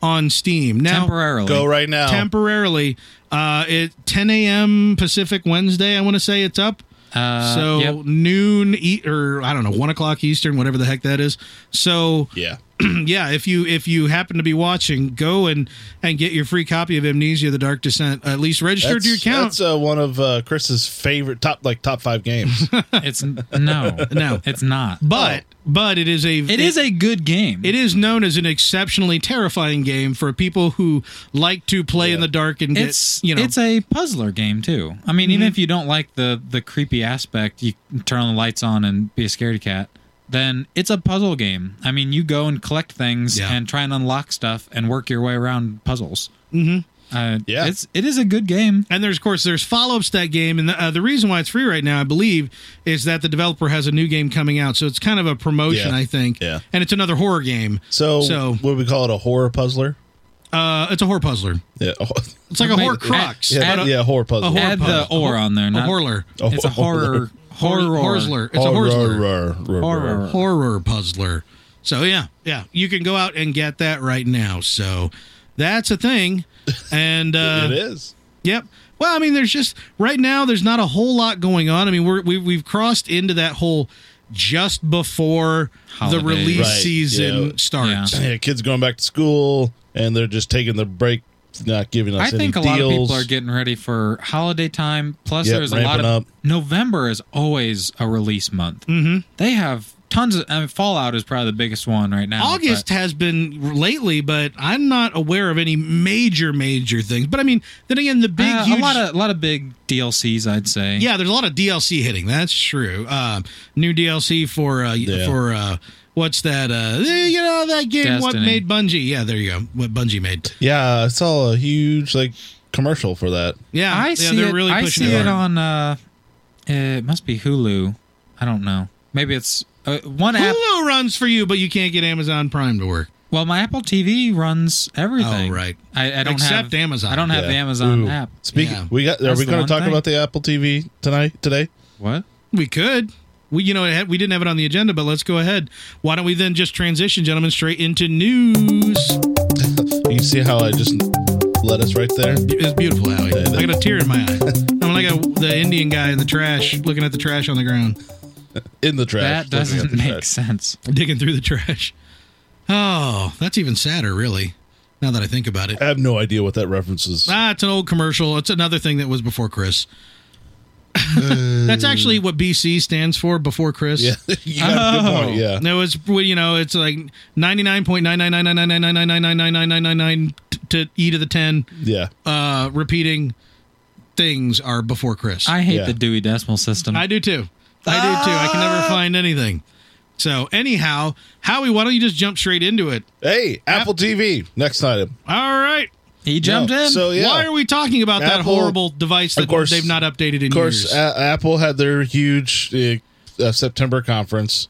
Speaker 1: on Steam now.
Speaker 2: Temporarily.
Speaker 3: Go right now.
Speaker 2: Oh.
Speaker 1: Temporarily, uh, it 10 a.m. Pacific Wednesday. I want to say it's up.
Speaker 2: Uh,
Speaker 1: So
Speaker 2: yep.
Speaker 1: noon e- or I don't know one o'clock Eastern, whatever the heck that is. So
Speaker 3: yeah.
Speaker 1: yeah, if you if you happen to be watching, go and and get your free copy of Amnesia: The Dark Descent. At least register to your account.
Speaker 3: That's uh, one of uh, Chris's favorite top like top five games.
Speaker 2: it's no.
Speaker 1: No.
Speaker 2: It's not.
Speaker 1: but but it is a
Speaker 2: It is a good game.
Speaker 1: it is known as an exceptionally terrifying game for people who like to play in the dark and get,
Speaker 2: It's
Speaker 1: you know
Speaker 2: it's a puzzler game too. I mean,
Speaker 3: Mhm.
Speaker 2: even if you don't like the the creepy aspect, you turn on the lights on and be a scaredy cat. Then it's a puzzle game. I mean, you go and collect things
Speaker 1: Yeah.
Speaker 2: and try and unlock stuff and work your way around puzzles. Mm-hmm. Uh,
Speaker 3: Yeah.
Speaker 2: it's it is a good game.
Speaker 1: And there's, of course, there's follow-ups to that game, and the, uh, the reason why it's free right now, I believe, is that the developer has a new game coming out, so it's kind of a promotion,
Speaker 3: Yeah.
Speaker 1: I think.
Speaker 3: Yeah.
Speaker 1: And it's another horror game.
Speaker 3: So,
Speaker 1: So-
Speaker 3: what do we call it? A horror puzzler?
Speaker 1: Uh, it's a horror puzzler.
Speaker 3: Yeah.
Speaker 1: It's like a
Speaker 2: Wait,
Speaker 1: horror
Speaker 2: add-
Speaker 1: crox.
Speaker 3: yeah,
Speaker 1: but a,
Speaker 3: yeah, horror puzzler.
Speaker 1: a horror
Speaker 2: Add the
Speaker 1: puzzle.
Speaker 2: or on there.
Speaker 1: a
Speaker 2: Not,
Speaker 1: horror.
Speaker 3: Oh,
Speaker 2: It's a horror horror
Speaker 1: Horror. It's a horror.
Speaker 3: Horror. Horror.
Speaker 2: Horror.
Speaker 1: Horror puzzler. So yeah, yeah, you can go out and get that right now. So that's a thing. And uh,
Speaker 3: it is.
Speaker 1: Yep. Well, I mean, there's just right now there's not a whole lot going on. I mean, we're we've, we've crossed into that whole just before
Speaker 2: Holidays.
Speaker 1: the release
Speaker 3: Right,
Speaker 1: season
Speaker 3: yeah.
Speaker 1: starts.
Speaker 2: Yeah.
Speaker 3: Yeah, kids going back to school and they're just taking the break, not giving us
Speaker 2: I
Speaker 3: any
Speaker 2: think a
Speaker 3: deals.
Speaker 2: lot of people are getting ready for holiday time. Plus,
Speaker 3: Yep,
Speaker 2: there's a lot
Speaker 3: ramping
Speaker 2: of
Speaker 3: up.
Speaker 2: November is always a release month. Mm-hmm. They have tons of. I mean, Fallout is probably the biggest one right now.
Speaker 1: August has been lately, but I'm not aware of any major major things. But I mean, then again, the
Speaker 2: but,
Speaker 1: big
Speaker 2: uh,
Speaker 1: huge
Speaker 2: a lot of a lot of big DLCs. I'd say.
Speaker 1: yeah, there's a lot of DLC hitting. That's true. Uh, new DLC for uh,
Speaker 3: Yeah.
Speaker 1: for uh, what's that? Uh, you know that game? What
Speaker 2: Destiny.
Speaker 1: made Bungie? Yeah, there you go. What Bungie made?
Speaker 3: Yeah, I saw a huge like commercial for that.
Speaker 1: Yeah,
Speaker 2: I
Speaker 1: yeah,
Speaker 2: see
Speaker 1: they're
Speaker 2: it.
Speaker 1: really
Speaker 2: I
Speaker 1: pushing
Speaker 2: see it
Speaker 1: hard.
Speaker 2: on. Uh, it must be Hulu. I don't know. Maybe it's uh, one app.
Speaker 1: Hulu runs for you, but you can't get Amazon Prime to work.
Speaker 2: Well, my Apple TV runs everything.
Speaker 1: Oh, right.
Speaker 2: I, I don't
Speaker 1: Except
Speaker 2: have
Speaker 1: Amazon.
Speaker 2: I don't have
Speaker 3: Yeah.
Speaker 2: the Amazon
Speaker 3: Ooh.
Speaker 2: app.
Speaker 3: Speaking,
Speaker 1: Yeah.
Speaker 3: we got. Are
Speaker 2: That's
Speaker 3: we
Speaker 2: the
Speaker 3: going to
Speaker 2: one
Speaker 3: talk
Speaker 2: thing.
Speaker 3: about the Apple TV tonight? Today?
Speaker 2: What?
Speaker 1: We could. We, you know, it had, we didn't have it on the agenda, but let's go ahead. Why don't we then just transition, gentlemen, straight into news?
Speaker 3: You see how I just led us right there?
Speaker 1: It's beautiful, Howie. I got a tear in my eye. I'm like a, the Indian guy in the trash, looking at the trash on the ground,
Speaker 3: In the trash. Looking
Speaker 2: That
Speaker 3: at
Speaker 2: doesn't
Speaker 3: the
Speaker 2: make
Speaker 3: trash.
Speaker 2: sense.
Speaker 1: digging through the trash. Oh, that's even sadder, really. Now that I think about it,
Speaker 3: I have no idea what that reference is.
Speaker 1: ah, it's an old commercial. It's another thing that was before Chris. that's actually what BC stands for, before Chris.
Speaker 3: yeah, you got a good
Speaker 2: Oh.
Speaker 3: point. Yeah,
Speaker 1: No, it's well, you know, it's like ninety nine point nine nine nine nine nine nine nine nine nine nine nine nine nine to e to the ten.
Speaker 3: yeah.
Speaker 1: Uh, repeating things are before Chris. I,
Speaker 2: I hate
Speaker 3: Yeah.
Speaker 2: the Dewey Decimal System.
Speaker 1: do too. I do too. I can never find anything. So anyhow, Howie, why don't you just jump straight into it?
Speaker 3: Hey, Apple TV. Next item.
Speaker 1: All right.
Speaker 2: he jumped
Speaker 3: No,
Speaker 2: in.
Speaker 3: so, yeah.
Speaker 1: Why are we talking about that
Speaker 3: Apple-
Speaker 1: horrible device that
Speaker 3: of course-
Speaker 1: they've not updated in
Speaker 3: Of course,
Speaker 1: years?
Speaker 3: A- Apple had their huge uh, uh, September conference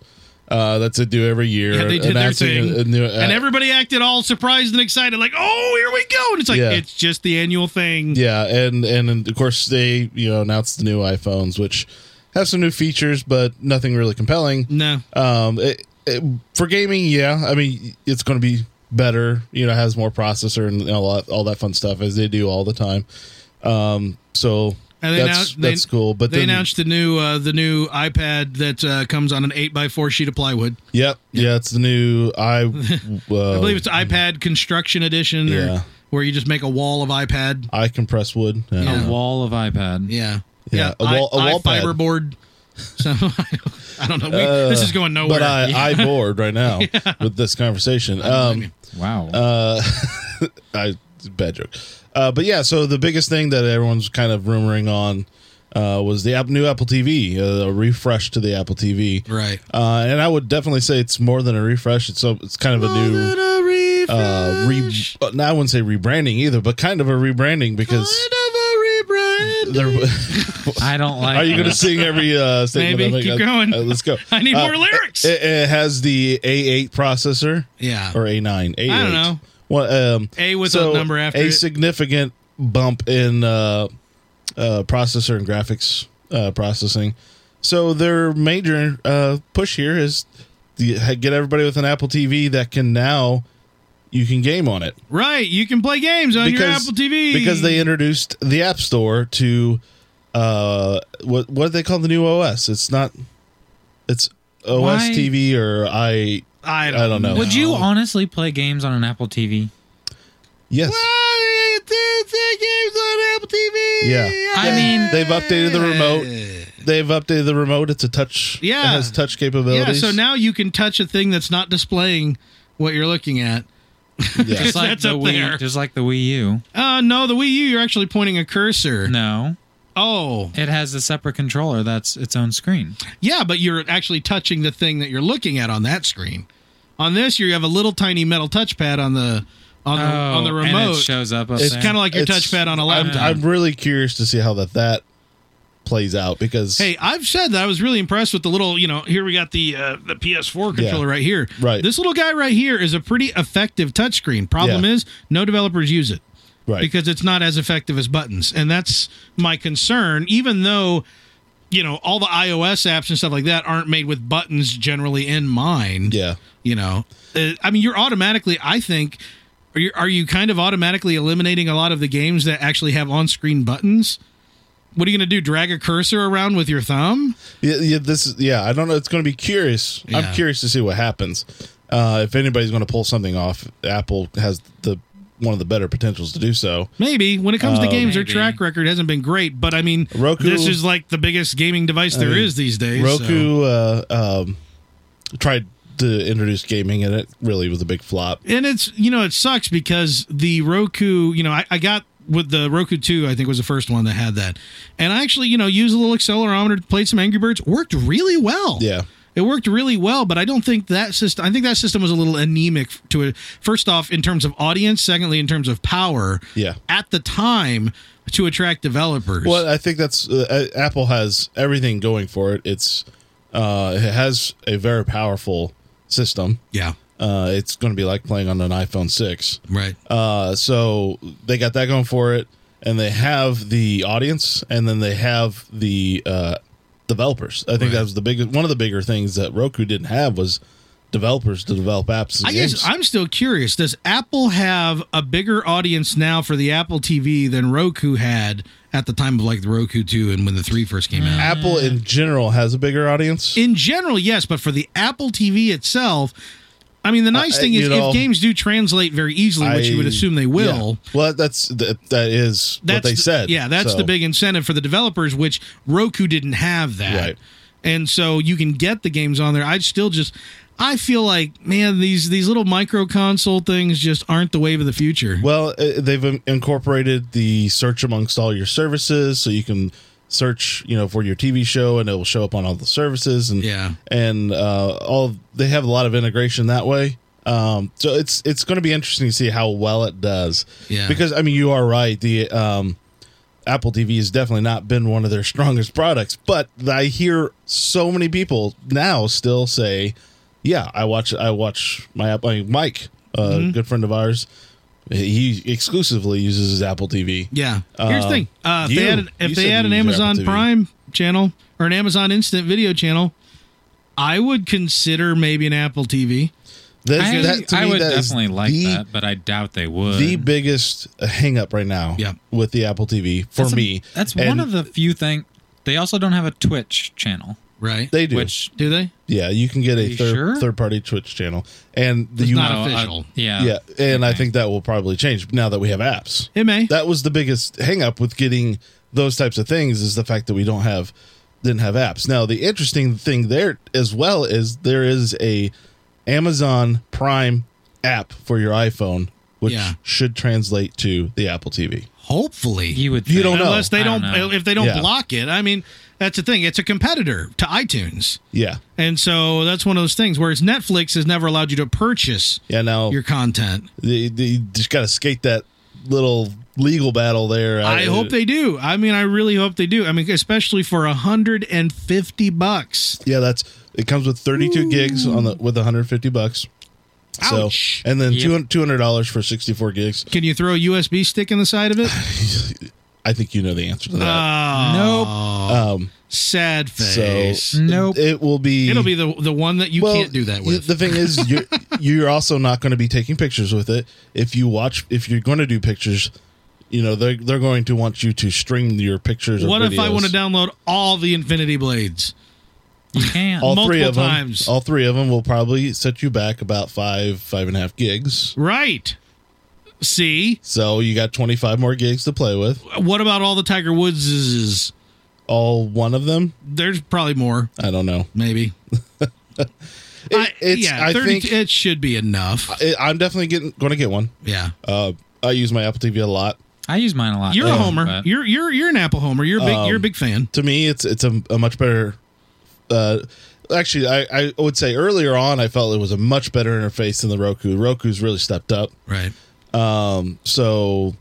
Speaker 3: uh, that they do every year.
Speaker 1: yeah, they did their
Speaker 3: announcing
Speaker 1: thing,
Speaker 3: a- a new- uh,
Speaker 1: and everybody acted all surprised and excited, like, "Oh, here we go!" And it's like
Speaker 3: Yeah.
Speaker 1: it's just the annual thing.
Speaker 3: Yeah, and, and and of course they you know announced the new iPhones, which have some new features, but nothing really compelling.
Speaker 1: No,
Speaker 3: Um, it, it, for gaming, yeah, I mean it's going to be better. You know, has more processor and all that, all that fun stuff as they do all the time. Um, so
Speaker 1: And they
Speaker 3: that's
Speaker 1: annou- they-
Speaker 3: that's cool. But
Speaker 1: they
Speaker 3: then,
Speaker 1: announced the new uh, the new iPad that uh, comes on an eight by four sheet of plywood.
Speaker 3: yep, yeah, it's the new i. Uh,
Speaker 1: I believe it's iPad Construction Edition,
Speaker 3: Yeah.
Speaker 1: or where you just make a wall of iPad.
Speaker 3: I compress wood. Yeah.
Speaker 1: Yeah.
Speaker 2: a wall of iPad.
Speaker 1: Yeah,
Speaker 3: Yeah, a wall-
Speaker 1: I-
Speaker 3: a
Speaker 1: I
Speaker 3: wall pad.
Speaker 1: fiber board. So I don't know. We, this is going nowhere.
Speaker 3: Uh, But I, I bored right now with this conversation. Um,
Speaker 2: Wow.
Speaker 3: uh, I it's a bad joke. Uh, but yeah, so the biggest thing that everyone's kind of rumoring on uh, was the app, new Apple TV, uh, a refresh to the Apple TV.
Speaker 1: right.
Speaker 3: Uh, and I would definitely say it's more than a refresh. It's a, it's kind of a new uh, re. uh, no, I wouldn't say rebranding either, but kind of a rebranding because they're.
Speaker 2: I don't like.
Speaker 3: Are you going to
Speaker 2: that.
Speaker 3: sing every uh,
Speaker 1: Maybe.
Speaker 3: statement? I make?
Speaker 1: Keep
Speaker 3: Uh,
Speaker 1: going.
Speaker 3: uh, let's go.
Speaker 1: I need
Speaker 3: Uh,
Speaker 1: more lyrics.
Speaker 3: It, it has the A8 processor
Speaker 1: yeah.
Speaker 3: or A9. A8.
Speaker 1: I don't know.
Speaker 3: Well, um,
Speaker 1: A with a number after
Speaker 3: a
Speaker 1: it.
Speaker 3: significant bump in uh, uh, processor and graphics uh, processing. So their major uh, push here is the, get everybody with an Apple TV that can now you can game on it
Speaker 1: Right. You can play games on your Apple TV
Speaker 3: because they introduced the App Store to uh, what what do they call the new OS? It's not it's OS
Speaker 2: Why-
Speaker 3: TV or I
Speaker 1: I don't,
Speaker 3: I don't know.
Speaker 2: Would you honestly play games on an Apple TV?
Speaker 3: yes.
Speaker 1: Why is it- it's games on Apple TV?
Speaker 3: Yeah.
Speaker 2: I mean-
Speaker 3: they've updated the remote. they've updated the remote. It's a touch.
Speaker 1: Yeah.
Speaker 3: it has touch
Speaker 1: yeah,
Speaker 3: capabilities.
Speaker 1: so now you can touch a thing that's not displaying what you're looking at.
Speaker 3: Yeah.
Speaker 2: Just like
Speaker 1: That's
Speaker 2: the
Speaker 1: up
Speaker 2: Wii,
Speaker 1: there.
Speaker 2: just like the Wii U.
Speaker 1: Uh no, the Wii U you're actually pointing a cursor.
Speaker 2: No,
Speaker 1: Oh.
Speaker 2: it has a separate controller that's its own screen.
Speaker 1: Yeah, but you're actually touching the thing that you're looking at on that screen. On this you have a little tiny metal touchpad on the on the
Speaker 2: Oh,
Speaker 1: on the
Speaker 2: and it
Speaker 1: remote.
Speaker 2: shows up. up
Speaker 3: It's
Speaker 2: there.
Speaker 1: kind of like your
Speaker 3: It's-
Speaker 1: touchpad on a
Speaker 3: I'm,
Speaker 1: laptop.
Speaker 3: I'm really curious to see how that that plays out because
Speaker 1: Hey, I've said that I was really impressed with the little, you know, here we got the uh, the PS4 controller
Speaker 3: Yeah.
Speaker 1: right here.
Speaker 3: Right.
Speaker 1: This little guy right here is a pretty effective touchscreen. Problem
Speaker 3: Yeah.
Speaker 1: is, no developers use it
Speaker 3: right
Speaker 1: because it's not as effective as buttons. And that's my concern even though you know, all the iOS apps and stuff like that aren't made with buttons generally in mind.
Speaker 3: yeah
Speaker 1: You know, uh, I mean, you're automatically, I think, are you, are you kind of automatically eliminating a lot of the games that actually have on screen buttons? What are you going to do? Drag a cursor around with your thumb?
Speaker 3: yeah, yeah this is yeah I don't know it's going to be curious
Speaker 1: Yeah.
Speaker 3: I'm curious to see what happens uh, if anybody's going to pull something off Apple has the one of the better potentials to do so
Speaker 1: Maybe. When it comes to
Speaker 3: Oh,
Speaker 1: games,
Speaker 2: maybe.
Speaker 1: their track record hasn't been great, but I mean,
Speaker 3: Roku-
Speaker 1: this is like the biggest gaming device there is
Speaker 3: mean,
Speaker 1: these days. so-
Speaker 3: Roku uh, um, tried to introduce gaming and it really was a big flop
Speaker 1: And it's, you know, it sucks because the Roku, you know, I, I got with the Roku 2, I think was the first one that had that. And I actually, you know, used a little accelerometer, played some Angry Birds, worked really well.
Speaker 3: yeah
Speaker 1: It worked really well, but I don't think that system. I think that system was a little anemic to it. First off, in terms of audience. Secondly, in terms of power.
Speaker 3: Yeah.
Speaker 1: At the time, to attract developers.
Speaker 3: Well, I think that's uh, A- Apple has everything going for it. It's uh, it has a very powerful system.
Speaker 1: Yeah.
Speaker 3: Uh, it's going to be like playing on an iPhone six.
Speaker 1: Right.
Speaker 3: Uh, so they got that going for it, and they have the audience, and then they have the uh, developers. I think
Speaker 1: Right.
Speaker 3: that was the biggest one of the bigger things that Roku didn't have was developers to develop apps. And
Speaker 1: I
Speaker 3: games.
Speaker 1: guess I'm still curious. Does Apple have a bigger audience now for the Apple TV than Roku had at the time of like the Roku 2 and when the 3 first came out?
Speaker 3: Apple in general has a bigger audience.
Speaker 1: In general, yes, but for the Apple TV itself, I mean, the nice
Speaker 3: I-
Speaker 1: thing
Speaker 3: Uh, you
Speaker 1: is
Speaker 3: know,
Speaker 1: if games do translate very easily, which you would
Speaker 3: I-
Speaker 1: assume they will.
Speaker 3: yeah. Well, that's that, that is what they
Speaker 1: the-
Speaker 3: said.
Speaker 1: Yeah, that's
Speaker 3: so.
Speaker 1: the big incentive for the developers, which Roku didn't have that.
Speaker 3: Right.
Speaker 1: And so you can get the games on there. I'd still just I feel like, man, these these little micro console things just aren't the wave of the future.
Speaker 3: Well, uh, they've in- incorporated the search amongst all your services, so you can search, you know, for your TV show, and it will show up on all the services, and
Speaker 1: Yeah.
Speaker 3: and uh, all they have a lot of integration that way. Um, so it's it's going to be interesting to see how well it does.
Speaker 1: Yeah.
Speaker 3: because I mean, you are right. The um, Apple TV has definitely not been one of their strongest products, but I hear so many people now still say, "Yeah, I watch. I watch my app." I mean, Mike, a
Speaker 2: Mm-hmm.
Speaker 3: good friend of ours, he exclusively uses his Apple TV.
Speaker 1: Yeah. Here's the
Speaker 3: Uh,
Speaker 1: thing. Uh, if
Speaker 3: you-
Speaker 1: they had, if
Speaker 3: you
Speaker 1: they
Speaker 3: said
Speaker 1: had
Speaker 3: you
Speaker 1: an
Speaker 3: use Apple
Speaker 1: Amazon
Speaker 3: TV.
Speaker 1: Prime channel or an Amazon Instant Video channel, I would consider maybe an Apple TV.
Speaker 3: That,
Speaker 2: I,
Speaker 3: that- to
Speaker 2: I
Speaker 3: me,
Speaker 2: would
Speaker 3: that is
Speaker 2: definitely like
Speaker 3: the,
Speaker 2: that, but I doubt they would.
Speaker 3: The biggest hang up right now
Speaker 1: Yeah.
Speaker 3: with the Apple TV for
Speaker 2: That's a-
Speaker 3: me.
Speaker 2: that's
Speaker 3: And
Speaker 2: one of the few things. They also don't have a Twitch channel,
Speaker 1: Right.
Speaker 3: they do.
Speaker 2: which
Speaker 1: do they?
Speaker 3: yeah, you can get a
Speaker 2: you
Speaker 3: third
Speaker 2: sure?
Speaker 3: third party Twitch channel, and the you,
Speaker 1: not
Speaker 2: Oh,
Speaker 1: official.
Speaker 2: yeah,
Speaker 3: yeah, and I think that will probably change now that we have apps.
Speaker 1: It may.
Speaker 3: that was the biggest hang up with getting those types of things is the fact that we don't have didn't have apps. Now the interesting thing there as well is there is a Amazon Prime app for your iPhone which
Speaker 1: Yeah.
Speaker 3: should translate to the Apple TV.
Speaker 1: Hopefully.
Speaker 2: You would.
Speaker 3: You
Speaker 2: think.
Speaker 3: don't know.
Speaker 1: Unless they
Speaker 2: I
Speaker 1: don't,
Speaker 2: don't know.
Speaker 1: if they don't
Speaker 3: Yeah.
Speaker 1: block it. I mean, that's the thing. It's a competitor to iTunes.
Speaker 3: Yeah.
Speaker 1: And so that's one of those things. Whereas Netflix has never allowed you to purchase
Speaker 3: Yeah, now
Speaker 1: your content.
Speaker 3: they, they just got to skate that little legal battle there. Uh,
Speaker 1: I hope they do. I mean, I really hope they do. I mean, especially for 150 bucks.
Speaker 3: Yeah, that's it comes with 32 gigs on the with 150 bucks.
Speaker 1: Ouch.
Speaker 3: So and then
Speaker 2: Yep.
Speaker 3: two hundred dollars for 64 gigs.
Speaker 1: Can you throw a USB stick in the side of it?
Speaker 3: I think you know the answer to
Speaker 1: Uh,
Speaker 3: that.
Speaker 1: Oh, nope.
Speaker 3: um
Speaker 1: Sad face.
Speaker 3: So
Speaker 2: Nope.
Speaker 3: it will be.
Speaker 1: It'll be the the one that you
Speaker 3: well,
Speaker 1: can't do that with.
Speaker 3: The thing is, you're, you're also not going to be taking pictures with it. If you watch, if you're going to do pictures, you know they're they're going to want you to stream your pictures. or
Speaker 1: what if I
Speaker 3: videos.
Speaker 1: want to download all the Infinity Blades?
Speaker 2: You can.
Speaker 3: all
Speaker 1: multiple
Speaker 3: three of them?
Speaker 1: times?
Speaker 3: All three of them will probably set you back about five five and a half gigs.
Speaker 1: Right. See,
Speaker 3: So you got 25 more gigs to play with.
Speaker 1: what about all the Tiger Woodses?
Speaker 3: all one of them?
Speaker 1: There's probably more,
Speaker 3: I don't know.
Speaker 1: maybe.
Speaker 3: It-
Speaker 1: I,
Speaker 3: it's,
Speaker 1: yeah,
Speaker 3: I
Speaker 1: 30
Speaker 3: think
Speaker 1: it should be enough.
Speaker 3: it, I'm definitely getting going to get one.
Speaker 1: yeah.
Speaker 3: Uh, I use my Apple TV a lot.
Speaker 2: I use mine a lot.
Speaker 1: You're
Speaker 2: too,
Speaker 1: a homer.
Speaker 2: but-
Speaker 1: You're you're you're an Apple homer. You're a big
Speaker 3: Um,
Speaker 1: you're a big fan.
Speaker 3: To me, it's it's a, a much better. Uh, actually, I, I would say earlier on, I felt it was a much better interface than the Roku. Roku's really stepped up.
Speaker 1: Right.
Speaker 3: So,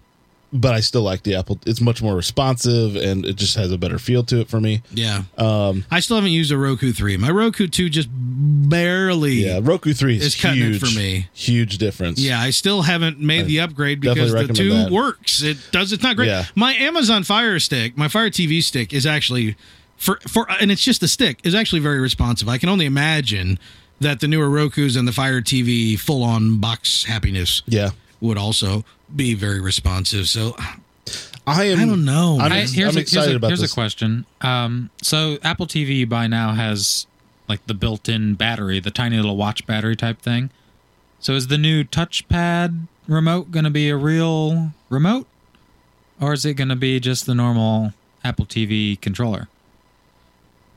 Speaker 3: but I still like the Apple. It's much more responsive, and it just has a better feel to it for me.
Speaker 1: Yeah. Um I still haven't used a Roku 3. My Roku 2 just barely
Speaker 3: Yeah, Roku three is
Speaker 1: It's cutting it
Speaker 3: huge
Speaker 1: for me.
Speaker 3: Huge difference.
Speaker 1: Yeah, I still haven't made the upgrade because
Speaker 3: definitely
Speaker 1: the two
Speaker 3: recommend that.
Speaker 1: works. It does. It's not great.
Speaker 3: Yeah.
Speaker 1: My Amazon Fire Stick, my Fire TV stick, is actually for for, and it's just a stick is actually very responsive. I can only imagine that the newer Roku's and the Fire TV full on box happiness
Speaker 3: yeah.
Speaker 1: would also be very responsive. So
Speaker 3: Hmm. I am.
Speaker 1: I don't know.
Speaker 3: I'm,
Speaker 2: I,
Speaker 3: ex-
Speaker 2: here's
Speaker 3: I'm
Speaker 2: a,
Speaker 3: excited
Speaker 2: here's a,
Speaker 3: about
Speaker 2: here's
Speaker 3: this.
Speaker 2: a question. Um, so Apple TV by now has like the built-in battery, the tiny little watch battery type thing. So is the new touchpad remote going to be a real remote, or is it going to be just the normal Apple TV controller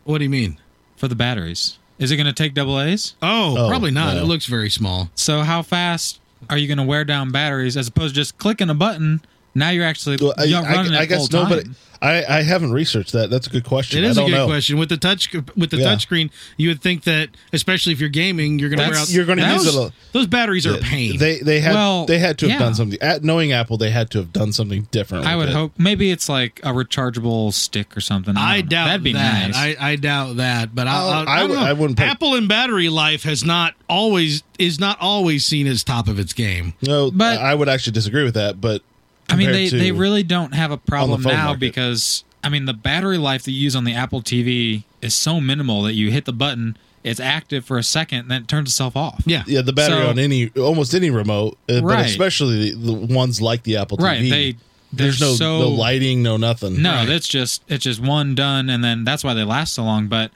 Speaker 1: what do you mean?
Speaker 2: for the batteries? Is it going to take double A's?
Speaker 1: Oh,
Speaker 3: Oh,
Speaker 1: probably not.
Speaker 3: no.
Speaker 1: It looks very small.
Speaker 2: So how fast are you going to wear down batteries as opposed to just clicking a button? Now you're actually
Speaker 3: Well, I,
Speaker 2: you're
Speaker 3: I-
Speaker 2: running
Speaker 3: I
Speaker 2: it full
Speaker 3: guess
Speaker 2: time.
Speaker 3: nobody. I, I haven't researched that. That's a good question.
Speaker 1: It is
Speaker 3: I
Speaker 1: a
Speaker 3: don't
Speaker 1: good
Speaker 3: know.
Speaker 1: question. With the touch with the
Speaker 3: Yeah.
Speaker 1: touch touchscreen, you would think that especially if you're gaming, you're going to wear
Speaker 2: That's-
Speaker 1: out.
Speaker 3: You're going to
Speaker 2: That
Speaker 3: use
Speaker 2: was-
Speaker 3: it. A,
Speaker 1: those batteries are a pain.
Speaker 3: They they had
Speaker 2: Well,
Speaker 3: they had to have
Speaker 2: yeah.
Speaker 3: done something. At knowing Apple, they had to have done something different.
Speaker 2: I
Speaker 3: with
Speaker 2: would
Speaker 3: it.
Speaker 2: hope maybe it's like a rechargeable stick or something.
Speaker 1: I
Speaker 2: don't know.
Speaker 1: doubt
Speaker 2: that'd be
Speaker 1: that.
Speaker 2: nice.
Speaker 1: I, I doubt that. But I,
Speaker 3: I'll-
Speaker 1: I,
Speaker 3: Oh, I
Speaker 1: I, don't
Speaker 3: would-
Speaker 1: know.
Speaker 3: I wouldn't put-
Speaker 1: Apple and battery life has not always is not always seen as top of its game.
Speaker 3: No,
Speaker 2: But-
Speaker 3: I would actually disagree with that. But
Speaker 2: I mean,
Speaker 3: compared
Speaker 2: they,
Speaker 3: to-
Speaker 2: they really don't have a problem
Speaker 3: phone
Speaker 2: now
Speaker 3: market.
Speaker 2: because I mean the battery life that you use on the Apple TV is so minimal that you hit the button, it's active for a second, and then it turns itself off.
Speaker 1: Yeah.
Speaker 3: yeah the battery
Speaker 2: So-
Speaker 3: on any almost any remote, uh, but
Speaker 2: Right.
Speaker 3: especially the, the ones like the Apple TV.
Speaker 2: right. They
Speaker 3: there's no
Speaker 2: so,
Speaker 3: no lighting, no nothing.
Speaker 2: No,
Speaker 1: Right.
Speaker 2: that's just it's just one done, and then that's why they last so long. But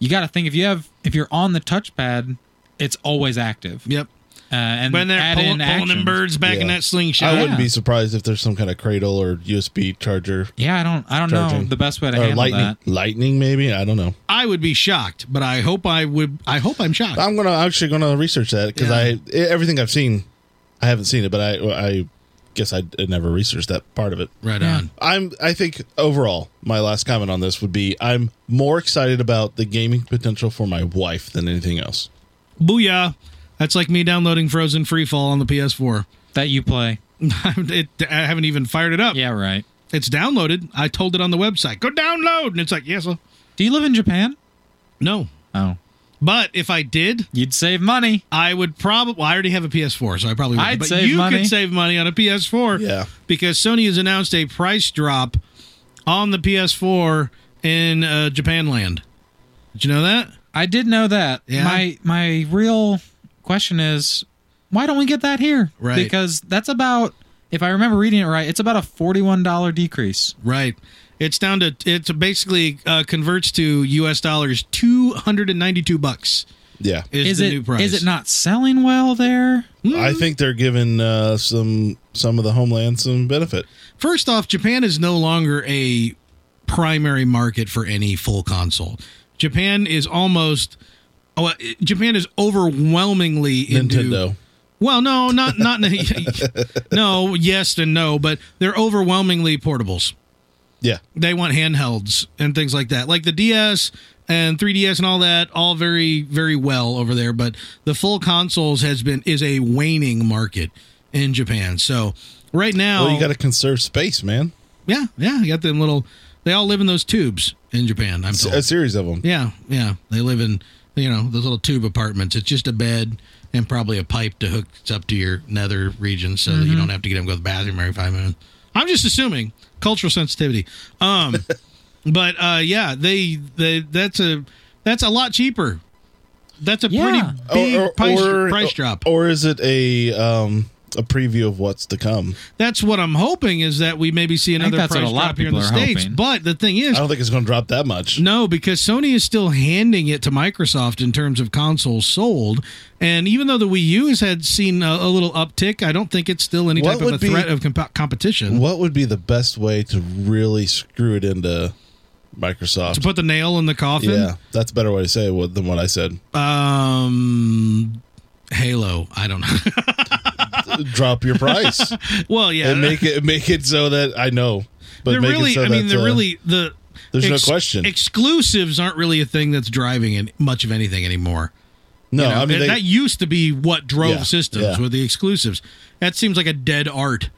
Speaker 2: you got to think if you have if you're on the touchpad, it's always active.
Speaker 1: Yep.
Speaker 2: Uh, and
Speaker 1: But they're
Speaker 2: add
Speaker 1: pulling,
Speaker 2: in
Speaker 1: pulling them
Speaker 2: actions.
Speaker 1: birds back in
Speaker 3: Yeah.
Speaker 1: that slingshot.
Speaker 3: I wouldn't
Speaker 2: Yeah.
Speaker 3: be surprised if there's some kind of cradle or USB charger
Speaker 2: Yeah, I don't I don't know
Speaker 3: Charging.
Speaker 2: the best way to
Speaker 3: or
Speaker 2: handle
Speaker 3: lightning.
Speaker 2: that.
Speaker 3: Lightning, maybe I don't know.
Speaker 1: I would be shocked, but I hope I would. I hope I'm shocked.
Speaker 3: I'm gonna I'm actually gonna research that because
Speaker 1: Yeah.
Speaker 3: I everything I've seen, I haven't seen it, but I I guess I never researched that part of it.
Speaker 1: right
Speaker 2: Yeah.
Speaker 1: on.
Speaker 3: I'm I think overall my last comment on this would be I'm more excited about the gaming potential for my wife than anything else.
Speaker 1: Booyah! That's like me downloading Frozen Freefall on the PS4.
Speaker 2: that you play.
Speaker 1: it, I haven't even fired it up.
Speaker 2: Yeah, right.
Speaker 1: It's downloaded. I told it on the website. Go download, and it's like yes, uh,
Speaker 2: Do you live in Japan?
Speaker 1: no.
Speaker 2: Oh,
Speaker 1: But if I did,
Speaker 2: you'd save money.
Speaker 1: I would probably. Well, I already have a PS4, so I probably would.
Speaker 2: I'd
Speaker 1: but
Speaker 2: save
Speaker 1: you
Speaker 2: money.
Speaker 1: could save money on a PS4.
Speaker 3: Yeah.
Speaker 1: Because Sony has announced a price drop on the PS4 in uh, Japan land. Did you know that?
Speaker 2: I did know that.
Speaker 1: Yeah.
Speaker 2: My my real question is, why don't we get that here?
Speaker 1: Right.
Speaker 2: Because that's about, if I remember reading it right, it's about a forty-one dollar decrease.
Speaker 1: Right. It's down to it's basically uh, converts to U.S. dollars two hundred and ninety two bucks
Speaker 3: Yeah,
Speaker 1: is,
Speaker 2: Is
Speaker 1: the
Speaker 2: it?
Speaker 1: new price.
Speaker 2: Is it not selling well there?
Speaker 3: I think they're giving uh, some some of the homeland some benefit.
Speaker 1: First off, Japan is no longer a primary market for any full console. Japan is almost oh, Japan is overwhelmingly into
Speaker 3: Nintendo.
Speaker 1: Well, no, not not no, yes and no, but they're overwhelmingly portables.
Speaker 3: Yeah,
Speaker 1: They want handhelds and things like that. Like the DS and 3DS and all that all very very well over there, but the full consoles has been is a waning market in Japan. So, right now
Speaker 3: well, you got to conserve space, man.
Speaker 1: yeah, yeah. You got them little. They all live in those tubes in Japan. I'm
Speaker 3: A
Speaker 1: told.
Speaker 3: series of them.
Speaker 1: Yeah, yeah. They live in you know those little tube apartments. It's just a bed and probably a pipe to hook up to your nether region so
Speaker 2: Mm-hmm.
Speaker 1: that you don't have to get up and go to the bathroom every five minutes. I'm just assuming cultural sensitivity. Um, but uh, yeah, they they that's a that's a lot cheaper. That's a
Speaker 2: Yeah.
Speaker 1: pretty big price, price drop.
Speaker 3: Or is it a um a preview of what's to come?
Speaker 1: that's what I'm hoping is that we maybe see another
Speaker 2: that's what
Speaker 1: price
Speaker 2: a lot
Speaker 1: drop
Speaker 2: of
Speaker 1: here in the
Speaker 2: people are
Speaker 1: states.
Speaker 2: hoping.
Speaker 1: But the thing is,
Speaker 3: I don't think it's going to drop that much.
Speaker 1: No, because Sony is still handing it to Microsoft in terms of consoles sold. And even though the Wii U has had seen a, a little uptick, I don't think it's still any
Speaker 3: What
Speaker 1: type of
Speaker 3: would
Speaker 1: a
Speaker 3: be-
Speaker 1: threat of comp- competition.
Speaker 3: What would be the best way to really screw it
Speaker 1: to
Speaker 3: into Microsoft.
Speaker 1: put the nail in the coffin.
Speaker 3: Yeah, that's a better way to say it wa- than what I said.
Speaker 1: Um, Halo. I don't know.
Speaker 3: Drop your price
Speaker 1: well, yeah.
Speaker 3: and make it make it so that I know. But
Speaker 1: they're
Speaker 3: make
Speaker 1: really.
Speaker 3: it so
Speaker 1: I mean,
Speaker 3: that,
Speaker 1: they're
Speaker 3: uh,
Speaker 1: really the.
Speaker 3: there's no question.
Speaker 1: Exclusives aren't really a thing that's driving in much of anything anymore.
Speaker 3: no.
Speaker 1: You know,
Speaker 3: I mean,
Speaker 1: that,
Speaker 3: they,
Speaker 1: that used to be what drove
Speaker 3: Yeah,
Speaker 1: systems
Speaker 3: yeah.
Speaker 1: were the exclusives. That seems like a dead art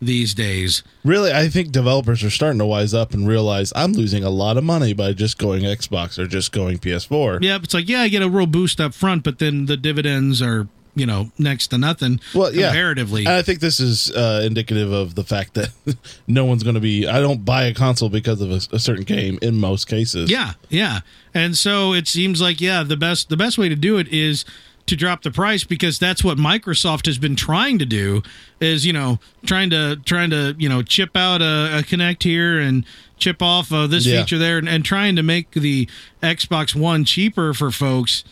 Speaker 1: these days.
Speaker 3: really, I think developers are starting to wise up and realize I'm losing a lot of money by just going Xbox or just going PS4.
Speaker 1: Yep, it's like yeah, I get a real boost up front, but then the dividends are you know next to nothing.
Speaker 3: Well, yeah.
Speaker 1: comparatively.
Speaker 3: And I think this is uh, indicative of the fact that no one's going to be. I don't buy a console because of a, a certain game in most cases.
Speaker 1: Yeah, yeah. And so it seems like yeah, the best the best way to do it is to drop the price because that's what Microsoft has been trying to do is, you know, trying to trying to, you know, chip out a, a connect here and chip off uh, this
Speaker 3: Yeah.
Speaker 1: feature there and, and trying to make the Xbox One cheaper for folks.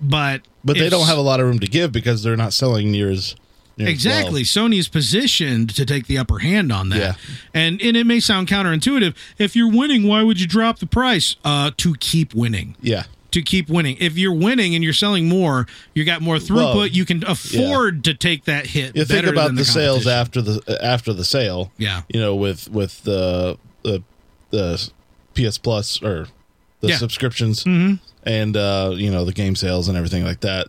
Speaker 1: But
Speaker 3: but they
Speaker 1: if-
Speaker 3: don't have a lot of room to give because they're not selling near as near as
Speaker 1: Exactly. Sony is positioned to take the upper hand on that.
Speaker 3: Yeah.
Speaker 1: And and it may sound counterintuitive. If you're winning, why would you drop the price? Uh to keep winning.
Speaker 3: well. Yeah,
Speaker 1: to keep winning. If you're winning and you're selling more, you got more throughbut.
Speaker 3: Well,
Speaker 1: you can afford to take that hit.
Speaker 3: you think
Speaker 1: better
Speaker 3: about
Speaker 1: than
Speaker 3: the, sales
Speaker 1: competition.
Speaker 3: after the after the sale.
Speaker 1: Yeah.
Speaker 3: you know with with the the, the PS Plus or the
Speaker 1: Yeah. Mm-hmm.
Speaker 3: subscriptions and uh, you know the game sales and everything like that.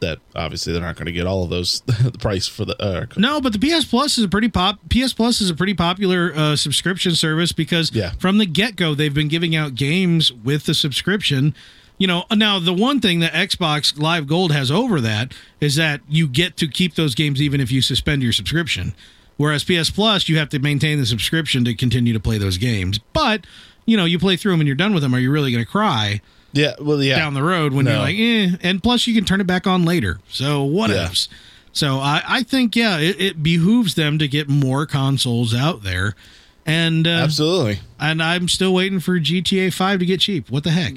Speaker 3: That obviously they're not going to get all of those the price for the uh,
Speaker 1: No, but the PS Plus is a pretty pop. PS Plus is a pretty popular uh, subscription service because
Speaker 3: Yeah.
Speaker 1: from the get go they've been giving out games with the subscription. You know, now the one thing that Xbox Live Gold has over that is that you get to keep those games even if you suspend your subscription. Whereas PS Plus, you have to maintain the subscription to continue to play those games. But you know, you play through them and you're done with them. Are you really going to cry?
Speaker 3: yeah well yeah
Speaker 1: down the road when
Speaker 3: No.
Speaker 1: you're like, eh. And plus, you can turn it back on later. So what
Speaker 3: Yeah.
Speaker 1: ifs? So I, I think yeah, it, it behooves them to get more consoles out there, and uh,
Speaker 3: absolutely
Speaker 1: and I'm still waiting for GTA Five to get cheap. What the heck?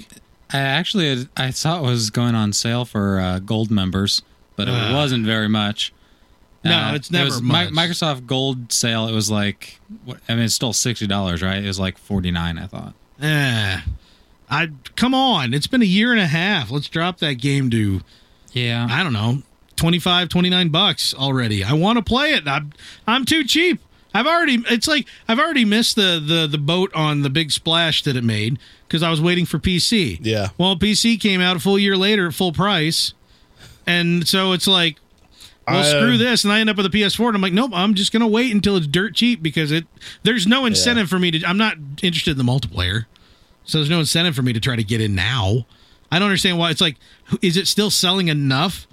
Speaker 2: I actually I saw it was going on sale for uh, gold members, but it
Speaker 1: Ah.
Speaker 2: wasn't very much. Uh,
Speaker 1: No, it's never
Speaker 2: it was
Speaker 1: much.
Speaker 2: Mi- Microsoft Gold sale. It was like what, I mean, it's still sixty dollars, right? It was like forty nine. I thought.
Speaker 1: Eh. I come on, it's been a year and a half. Let's drop that game to
Speaker 2: Yeah,
Speaker 1: I don't know 25, 29 bucks already. I want to play it. I'm I'm too cheap. I've already it's like I've already missed the the the boat on the big splash that it made because I was waiting for PC.
Speaker 3: Yeah.
Speaker 1: Well, PC came out a full year later at full price, and so it's like. Well,
Speaker 3: I,
Speaker 1: screw
Speaker 3: um,
Speaker 1: this, and I end up with a PS4, and I'm like, nope, I'm just gonna wait until it's dirt cheap because it there's no incentive for me to. I'm not interested in the multiplayer, so there's no incentive for me to try to get in now. I don't understand why it's like, who- is it still selling enough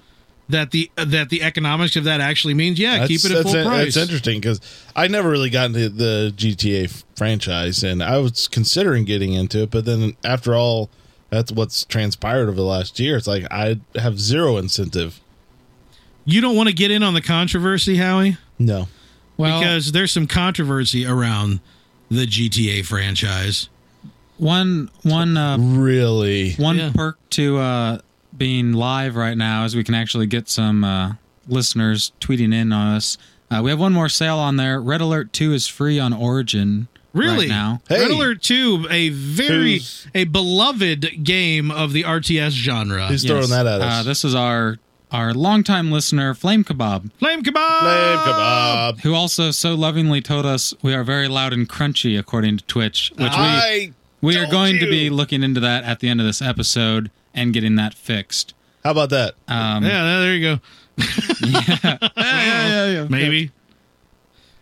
Speaker 1: that the uh, that the economics of that actually means? Yeah, keep it at full
Speaker 3: that's,
Speaker 1: price.
Speaker 3: That's interesting because I never really got into the GTA f- franchise, and I was considering getting into it, but then after all, that's what's transpired over the last year. It's like I have zero incentive.
Speaker 1: You don't want to get in on the controversy, Howie,
Speaker 3: No,
Speaker 2: well,
Speaker 1: because there's some controversy around the GTA franchise.
Speaker 2: one one uh,
Speaker 3: really.
Speaker 2: One
Speaker 1: Yeah.
Speaker 2: perk to uh, being live right now is we can actually get some uh, listeners tweeting in on us. Uh, we have one more sale on there. Red Alert Two is free on Origin.
Speaker 1: Really?
Speaker 2: right now.
Speaker 3: Hey.
Speaker 1: Red Alert 2, a very
Speaker 3: Who's-
Speaker 1: a beloved game of the RTS genre.
Speaker 3: Who's throwing that at us?
Speaker 2: Uh, this is our our longtime listener Flame Kebab,
Speaker 1: Flame kebab.
Speaker 3: Flame kebab.
Speaker 2: who also so lovingly told us we are very loud and crunchy according to Twitch,
Speaker 1: Oh,
Speaker 2: which we
Speaker 3: I.
Speaker 2: we are
Speaker 3: told
Speaker 2: going to be
Speaker 3: you.
Speaker 2: looking into that at the end of this episode and getting that fixed.
Speaker 3: How about that?
Speaker 2: Um,
Speaker 1: Yeah, there you go. Maybe.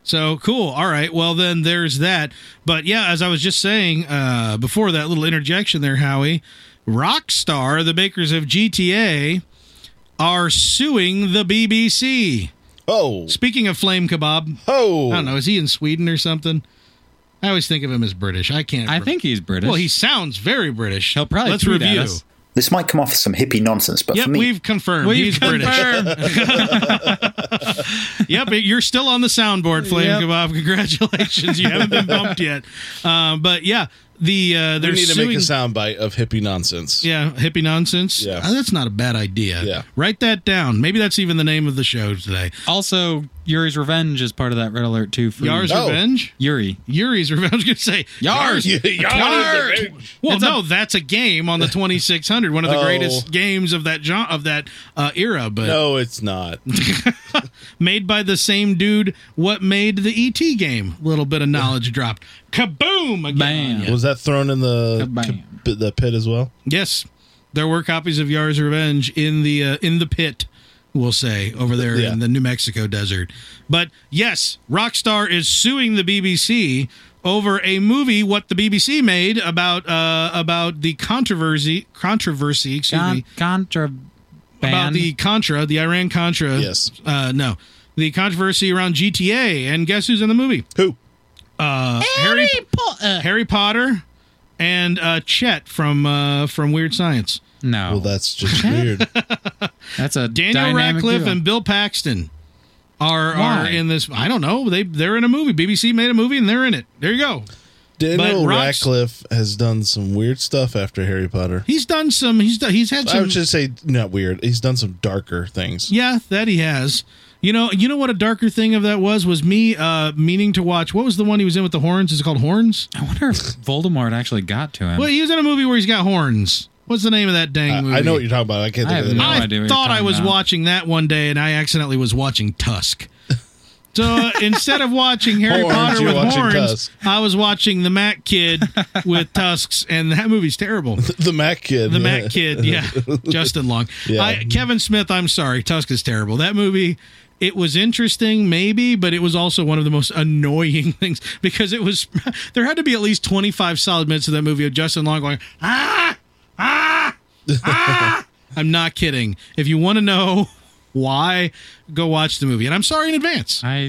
Speaker 1: So cool. All right. Well, then there's that. But yeah, as I was just saying uh, before that little interjection there, Howie, Rockstar, the makers of GTA, are suing the BBC.
Speaker 3: Oh,
Speaker 1: Speaking of Flame Kebab,
Speaker 3: oh.
Speaker 1: I don't know. Is he in Sweden or something? I always think of him as British. I can't.
Speaker 2: I
Speaker 1: rem-
Speaker 2: think he's British.
Speaker 1: Well, he sounds very British.
Speaker 2: He'll probably
Speaker 1: Let's
Speaker 2: tweet at
Speaker 1: review.
Speaker 2: us.
Speaker 4: This might come off as some hippie nonsense, but
Speaker 1: Yep,
Speaker 4: for me,
Speaker 1: we've confirmed
Speaker 2: We've
Speaker 1: he's
Speaker 2: confirmed.
Speaker 1: British. Yep, you're still on the soundboard, Flame
Speaker 2: Yep.
Speaker 1: Kebab. Congratulations, you haven't been bumped yet. Um, but yeah, the uh,
Speaker 3: We
Speaker 1: they're
Speaker 3: need to
Speaker 1: suing.
Speaker 3: make a soundbite of hippie nonsense.
Speaker 1: yeah, hippie nonsense.
Speaker 3: Yeah.
Speaker 1: Uh, that's not a bad idea.
Speaker 3: Yeah.
Speaker 1: write that down. Maybe that's even the name of the show today.
Speaker 2: Also, Yuri's Revenge is part of that Red Alert too. For
Speaker 1: Yar's
Speaker 3: Oh.
Speaker 1: Revenge?
Speaker 2: Yuri.
Speaker 1: Yuri's Revenge. I was going to say
Speaker 2: Yar's.
Speaker 3: Yar!
Speaker 1: Well,
Speaker 2: It's a-
Speaker 1: no, that's a game on the 2600, one of the
Speaker 3: Oh.
Speaker 1: greatest games of that genre, of that uh, era. But
Speaker 3: No, it's not.
Speaker 1: made by the same dude, what made the ET game? little bit of knowledge dropped. Kaboom! Again
Speaker 2: Bam.
Speaker 1: on ya.
Speaker 3: Was that thrown in the
Speaker 2: Kabam.
Speaker 3: p- the pit as well?
Speaker 1: Yes, there were copies of Yar's Revenge in the uh, in the pit. We'll say over there
Speaker 3: Yeah.
Speaker 1: in the New Mexico desert. But yes, Rockstar is suing the BBC over a movie what the BBC made about uh, about the controversy controversy excuse
Speaker 2: Con-
Speaker 1: me
Speaker 2: contraband.
Speaker 1: about the Contra the Iran Contra
Speaker 3: Yes.
Speaker 1: uh, no the controversy around GTA and guess who's in the movie
Speaker 3: Who?
Speaker 1: Harry
Speaker 2: uh,
Speaker 1: Harry Potter and uh, Chet from uh, from Weird Science.
Speaker 2: no,
Speaker 3: Well, that's just weird.
Speaker 2: that's a
Speaker 1: Daniel
Speaker 2: dynamic
Speaker 1: Radcliffe
Speaker 2: duo.
Speaker 1: and Bill Paxton are are
Speaker 2: Why?
Speaker 1: in this. I don't know. They they're in a movie. BBC made a movie and they're in it. There you go.
Speaker 3: Daniel
Speaker 1: But Rock's-
Speaker 3: Radcliffe has done some weird stuff after Harry Potter.
Speaker 1: He's done some. He's done, he's had
Speaker 3: I
Speaker 1: some.
Speaker 3: would just say not weird. He's done some darker things.
Speaker 1: yeah, that he has. You know, you know what a darker thing of that was was me uh meaning to watch. What was the one he was in with the horns? Is it called Horns?
Speaker 2: I wonder if Voldemort actually got to him.
Speaker 1: Well, he was in a movie where he's got horns. What's the name of that dang movie?
Speaker 3: I, I know what you're talking about. I can't
Speaker 2: I
Speaker 3: think
Speaker 2: have
Speaker 3: of the
Speaker 2: no
Speaker 3: name.
Speaker 1: I
Speaker 2: idea what you're
Speaker 1: thought I
Speaker 2: talking
Speaker 1: was
Speaker 2: about.
Speaker 1: watching that one day, and I accidentally was watching Tusk. So uh, instead of watching Harry
Speaker 3: Horns,
Speaker 1: Potter
Speaker 3: you're
Speaker 1: with
Speaker 3: watching
Speaker 1: horns,
Speaker 3: Tusk.
Speaker 1: I was watching The Mac Kid with tusks, and that movie's terrible.
Speaker 3: The Mac Kid.
Speaker 1: The
Speaker 3: yeah.
Speaker 1: Mac Kid, yeah, Justin Long,
Speaker 3: Yeah.
Speaker 1: I, Kevin Smith. I'm sorry, Tusk is terrible. That movie, it was interesting, maybe, but it was also one of the most annoying things because it was there had to be at least 25 solid minutes of that movie of Justin Long going ah ah ah. I'm not kidding. If you want to know why, go watch the movie. And I'm sorry in advance
Speaker 2: I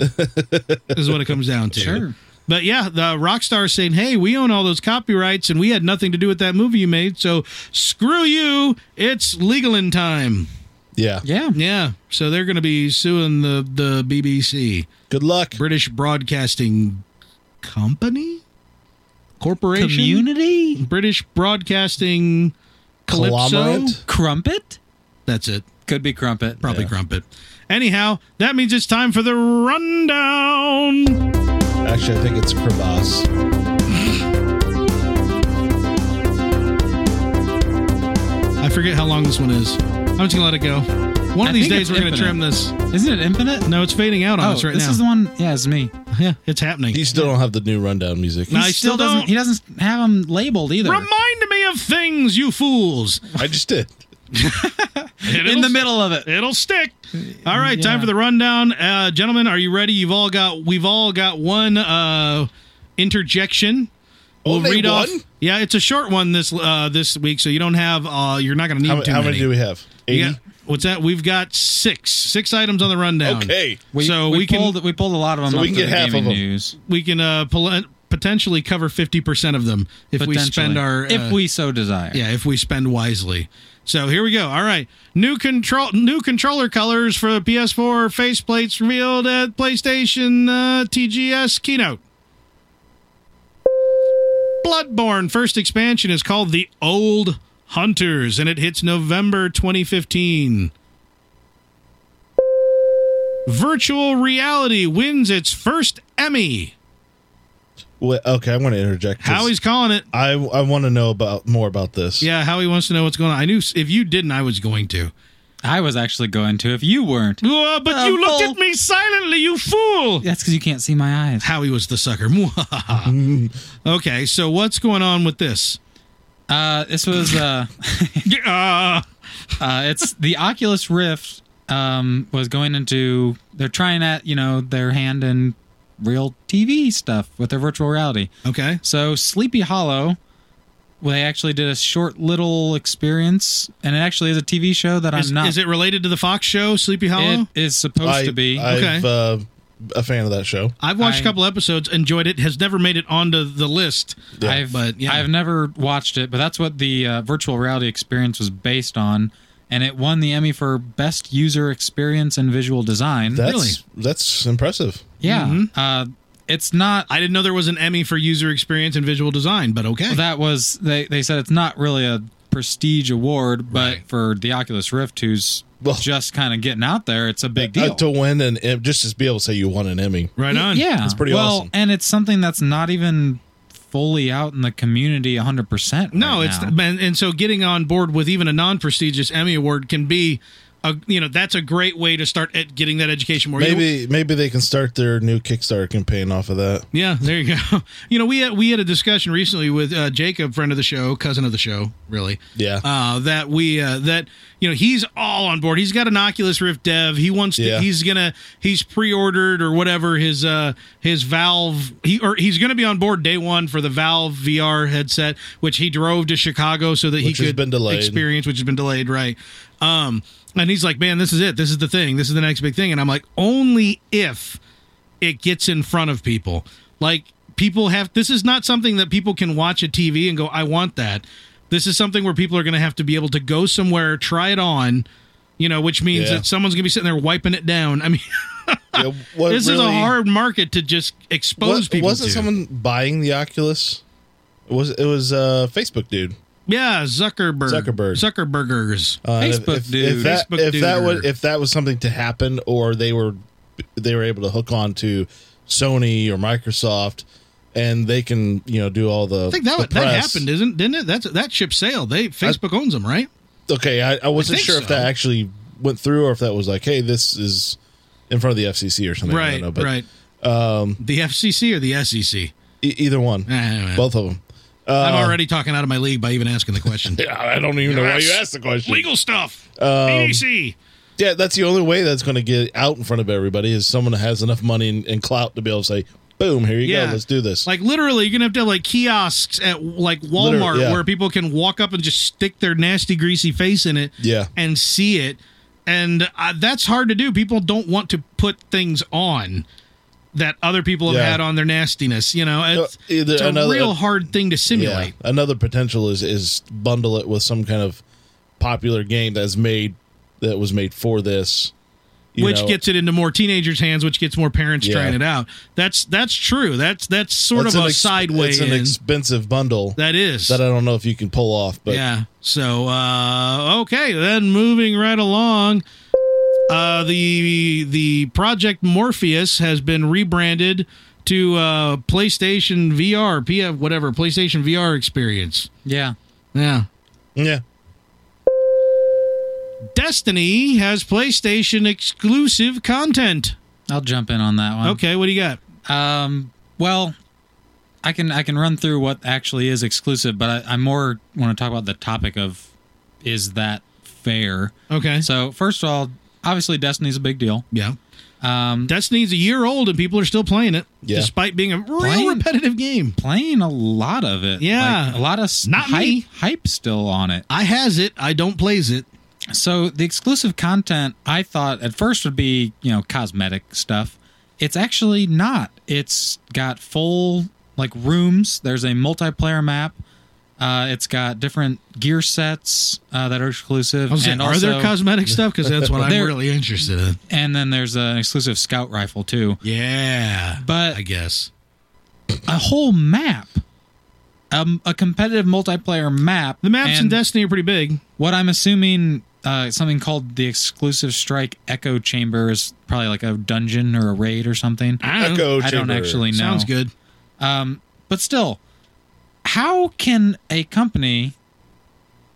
Speaker 1: is what it comes down to.
Speaker 2: Sure.
Speaker 1: But yeah, the Rockstar is saying, "Hey, we own all those copyrights, and we had nothing to do with that movie you made. So screw you. It's legal in time."
Speaker 3: Yeah.
Speaker 2: yeah.
Speaker 1: Yeah. So they're going to be suing the the BBC,
Speaker 3: Good luck.
Speaker 1: British Broadcasting Company, Corporation,
Speaker 2: Community
Speaker 1: British Broadcasting Calypso.
Speaker 3: Conglomerate?
Speaker 2: crumpet
Speaker 1: That's it.
Speaker 2: could be crumpet.
Speaker 1: Probably Crumpet. Anyhow, that means it's time for the rundown.
Speaker 3: Actually, I think it's crevasse.
Speaker 1: I forget how long this one is. I'm just gonna let it go. One
Speaker 2: I
Speaker 1: of these
Speaker 2: think
Speaker 1: days
Speaker 2: it's
Speaker 1: we're gonna
Speaker 2: infinite.
Speaker 1: trim this.
Speaker 2: Isn't it infinite?
Speaker 1: No, it's fading out on
Speaker 2: Oh,
Speaker 1: us right
Speaker 2: this
Speaker 1: now.
Speaker 2: is the one. Yeah, it's me.
Speaker 1: yeah, it's happening.
Speaker 3: You still don't have the new rundown music.
Speaker 1: No. I
Speaker 2: He
Speaker 1: still
Speaker 2: doesn't.
Speaker 1: don't-
Speaker 2: He doesn't have them labeled either.
Speaker 1: Remind me of things, you fools.
Speaker 3: I just did.
Speaker 2: In the middle of it.
Speaker 1: It'll stick. All right,
Speaker 2: yeah.
Speaker 1: time for the rundown. Uh, gentlemen, are you ready? You've all got we've all got one uh interjection. We'll
Speaker 3: Only
Speaker 1: read off.
Speaker 3: one?
Speaker 1: Yeah, it's a short one this uh this week, so you don't have uh you're not gonna need
Speaker 3: How,
Speaker 1: too
Speaker 3: how many do we have? 80?
Speaker 1: Yeah. What's that? We've got six. Six items on the rundown.
Speaker 3: Okay.
Speaker 2: We,
Speaker 1: so
Speaker 2: we,
Speaker 1: we can-
Speaker 2: pulled we pulled a lot of them.
Speaker 3: So
Speaker 2: up
Speaker 3: we can
Speaker 2: for
Speaker 3: get
Speaker 2: the
Speaker 3: half of
Speaker 2: gaming
Speaker 3: them.
Speaker 2: News.
Speaker 1: we can uh, pol- potentially cover 50% of them if we spend
Speaker 2: potentially,
Speaker 1: our uh,
Speaker 2: if we so desire.
Speaker 1: yeah if we spend wisely so here we go all right new control new controller colors for ps4 faceplates revealed at playstation uh, tgs keynote bloodborne first expansion is called the old hunters and it hits november 2015 virtual reality wins its first emmy
Speaker 3: Wait, okay, I want to interject. 'cause
Speaker 1: howie's calling it
Speaker 3: I, I want to know about more about this.
Speaker 1: Yeah, Howie wants to know what's going on. I knew s- if you didn't, I was going to.
Speaker 2: I was actually going to if you weren't.
Speaker 1: Uh, but
Speaker 2: Uh,
Speaker 1: you looked
Speaker 2: full-
Speaker 1: at me silently, you fool.
Speaker 2: That's because you can't see my eyes.
Speaker 1: Howie was the sucker.
Speaker 2: Mm.
Speaker 1: okay, so what's going on with this?
Speaker 2: Uh, this was uh,
Speaker 1: Uh,
Speaker 2: uh, it's the Oculus Rift um, was going into they're trying at you know their hand in real TV stuff with their virtual reality.
Speaker 1: okay.
Speaker 2: So Sleepy Hollow, well, they actually did a short little experience, and it actually is a TV show that
Speaker 1: Is,
Speaker 2: I'm not.
Speaker 1: is it related to the Fox show, Sleepy Hollow?
Speaker 2: it is supposed
Speaker 3: I,
Speaker 2: to be.
Speaker 3: I've
Speaker 1: Okay.
Speaker 3: uh, a fan of that show.
Speaker 1: I've watched a
Speaker 2: I-
Speaker 1: couple episodes, enjoyed it, has never made it onto the list.
Speaker 3: Yeah.
Speaker 2: I've
Speaker 1: But, yeah.
Speaker 2: I've never watched it, but that's what the uh, virtual reality experience was based on, and it won the Emmy for best user experience and visual design.
Speaker 3: That's Mm-hmm.
Speaker 1: Really?
Speaker 3: that's impressive.
Speaker 2: yeah, uh, it's not.
Speaker 1: I didn't know there was an Emmy for user experience and visual design, but okay.
Speaker 2: That was they. They said it's not really a prestige award, but
Speaker 1: Right.
Speaker 2: for the Oculus Rift, who's
Speaker 3: Well,
Speaker 2: just kind of getting out there, it's a big
Speaker 3: uh,
Speaker 2: deal.
Speaker 3: to win and just to be able to say you won an Emmy.
Speaker 1: Right on.
Speaker 2: Yeah,
Speaker 3: It's pretty
Speaker 2: well,
Speaker 3: awesome.
Speaker 2: and it's something that's not even fully out in the community 100. percent
Speaker 1: No, it's and, and so getting on board with even a non-prestigious Emmy award can be a you know that's a great way to start at getting that education more. You-
Speaker 3: Maybe maybe they can start their new Kickstarter campaign off of that.
Speaker 1: yeah, there you go. You know, we had, we had a discussion recently with uh, Jacob, friend of the show, cousin of the show, really.
Speaker 3: Yeah.
Speaker 1: Uh, that we uh, that you know he's all on board. He's got an Oculus Rift Dev. He wants to.
Speaker 3: Yeah.
Speaker 1: He's gonna. He's pre-ordered or whatever his uh his Valve. He or he's gonna be on board day one for the Valve VR headset, which he drove to Chicago so that
Speaker 3: Which
Speaker 1: he
Speaker 3: has
Speaker 1: could
Speaker 3: been delayed.
Speaker 1: experience, which has been delayed, right? Um, and he's like, man, this is it. This is the thing. This is the next big thing. And I'm like, only if it gets in front of people. Like people have this is not something that people can watch a TV and go, I want that. This is something where people are going to have to be able to go somewhere, try it on, you know, which means
Speaker 3: Yeah.
Speaker 1: that someone's going to be sitting there wiping it down. I mean,
Speaker 3: Yeah, what
Speaker 1: this is a
Speaker 3: really-
Speaker 1: hard market to just
Speaker 3: What-
Speaker 1: expose people
Speaker 3: wasn't
Speaker 1: to.
Speaker 3: someone buying the Oculus? It was it was uh, Facebook dude?
Speaker 1: yeah, Zuckerberg.
Speaker 3: Zuckerberg.
Speaker 1: Zuckerbergers.
Speaker 3: Uh, and
Speaker 2: Facebook
Speaker 3: if,
Speaker 2: dude.
Speaker 3: If that,
Speaker 1: Facebook
Speaker 3: if that
Speaker 1: dude.
Speaker 3: was if that was something to happen, or they were they were able to hook on to Sony or Microsoft, and they can you know do all the.
Speaker 1: I think that
Speaker 3: the
Speaker 1: was, that
Speaker 3: press.
Speaker 1: happened, isn't didn't it? That's that ship sailed. They Facebook owns them, right?
Speaker 3: Okay, I, I wasn't
Speaker 1: think
Speaker 3: sure if
Speaker 1: so.
Speaker 3: that actually went through, or if that was like, hey, this is in front of the FCC or something. I
Speaker 1: Right,
Speaker 3: don't know, but
Speaker 1: right. Um, the FCC or the SEC?
Speaker 3: e- either one,
Speaker 1: I don't know.
Speaker 3: both of them.
Speaker 1: Eh,
Speaker 3: uh,
Speaker 1: I'm already talking out of my league by even asking the question.
Speaker 3: Yeah, I don't even know why you
Speaker 1: Yes.
Speaker 3: asked the question.
Speaker 1: legal stuff.
Speaker 3: Um,
Speaker 1: BBC.
Speaker 3: Yeah, that's the only way that's going to get out in front of everybody is someone that has enough money and, and clout to be able to say, "Boom, here you
Speaker 1: Yeah.
Speaker 3: go, let's do this."
Speaker 1: Like literally, you're gonna have to have like kiosks at like Walmart
Speaker 3: Literally, yeah.
Speaker 1: where people can walk up and just stick their nasty, greasy face in it,
Speaker 3: Yeah.
Speaker 1: and see it. And uh, that's hard to do. People don't want to put things on that other people have
Speaker 3: Yeah. Uh,
Speaker 1: had on their nastiness. You know, it's,
Speaker 3: either
Speaker 1: it's a
Speaker 3: another-
Speaker 1: real hard thing to
Speaker 3: yeah.
Speaker 1: simulate.
Speaker 3: Another potential is is bundle it with some kind of popular game that's made that was made for this, you
Speaker 1: which
Speaker 3: know.
Speaker 1: gets it into more teenagers' hands, which gets more parents
Speaker 3: Yeah.
Speaker 1: trying it out. That's that's true. That's that's sort
Speaker 3: It's
Speaker 1: of
Speaker 3: an
Speaker 1: a
Speaker 3: ex-
Speaker 1: sideways.
Speaker 3: It's an expensive bundle
Speaker 1: that is
Speaker 3: that I don't know if you can pull off, but
Speaker 1: yeah. So uh, okay, then moving right along, uh, the the Project Morpheus has been rebranded to uh, PlayStation VR, PF whatever PlayStation VR experience.
Speaker 2: yeah.
Speaker 1: Yeah.
Speaker 3: yeah.
Speaker 1: Destiny has PlayStation exclusive content.
Speaker 2: I'll jump in on that one.
Speaker 1: Okay, what do you got?
Speaker 2: Um, well, I can I can run through what actually is exclusive, but I, I more want to talk about the topic of is that fair?
Speaker 1: Okay.
Speaker 2: So first of all, obviously Destiny's a big deal.
Speaker 1: yeah. Um, Destiny's a year old and people are still playing it,
Speaker 3: Yeah.
Speaker 1: despite being a real
Speaker 2: Playing-
Speaker 1: repetitive game.
Speaker 2: Playing a lot of it,
Speaker 1: Yeah.
Speaker 2: like, a lot of s-
Speaker 1: Not
Speaker 2: hype,
Speaker 1: me.
Speaker 2: hype still on it.
Speaker 1: I has it. I don't plays it.
Speaker 2: So the exclusive content I thought at first would be, you know, cosmetic stuff. It's actually not. It's got full like rooms. There's a multiplayer map. Uh, it's got different gear sets uh, that are exclusive.
Speaker 1: I was saying,
Speaker 2: and
Speaker 1: are
Speaker 2: also-
Speaker 1: there cosmetic stuff? Because that's what I'm
Speaker 2: There-
Speaker 1: really interested in.
Speaker 2: and then there's an exclusive scout rifle too.
Speaker 1: Yeah,
Speaker 2: But
Speaker 1: I guess.
Speaker 2: a whole map, um, a competitive multiplayer map.
Speaker 1: The maps in
Speaker 2: and
Speaker 1: Destiny are pretty big.
Speaker 2: what I'm assuming uh, something called the exclusive strike echo chamber is probably like a dungeon or a raid or something.
Speaker 1: I don't know.
Speaker 3: Echo
Speaker 2: I don't
Speaker 3: chamber.
Speaker 2: actually know.
Speaker 1: Sounds good.
Speaker 2: But still, how can a company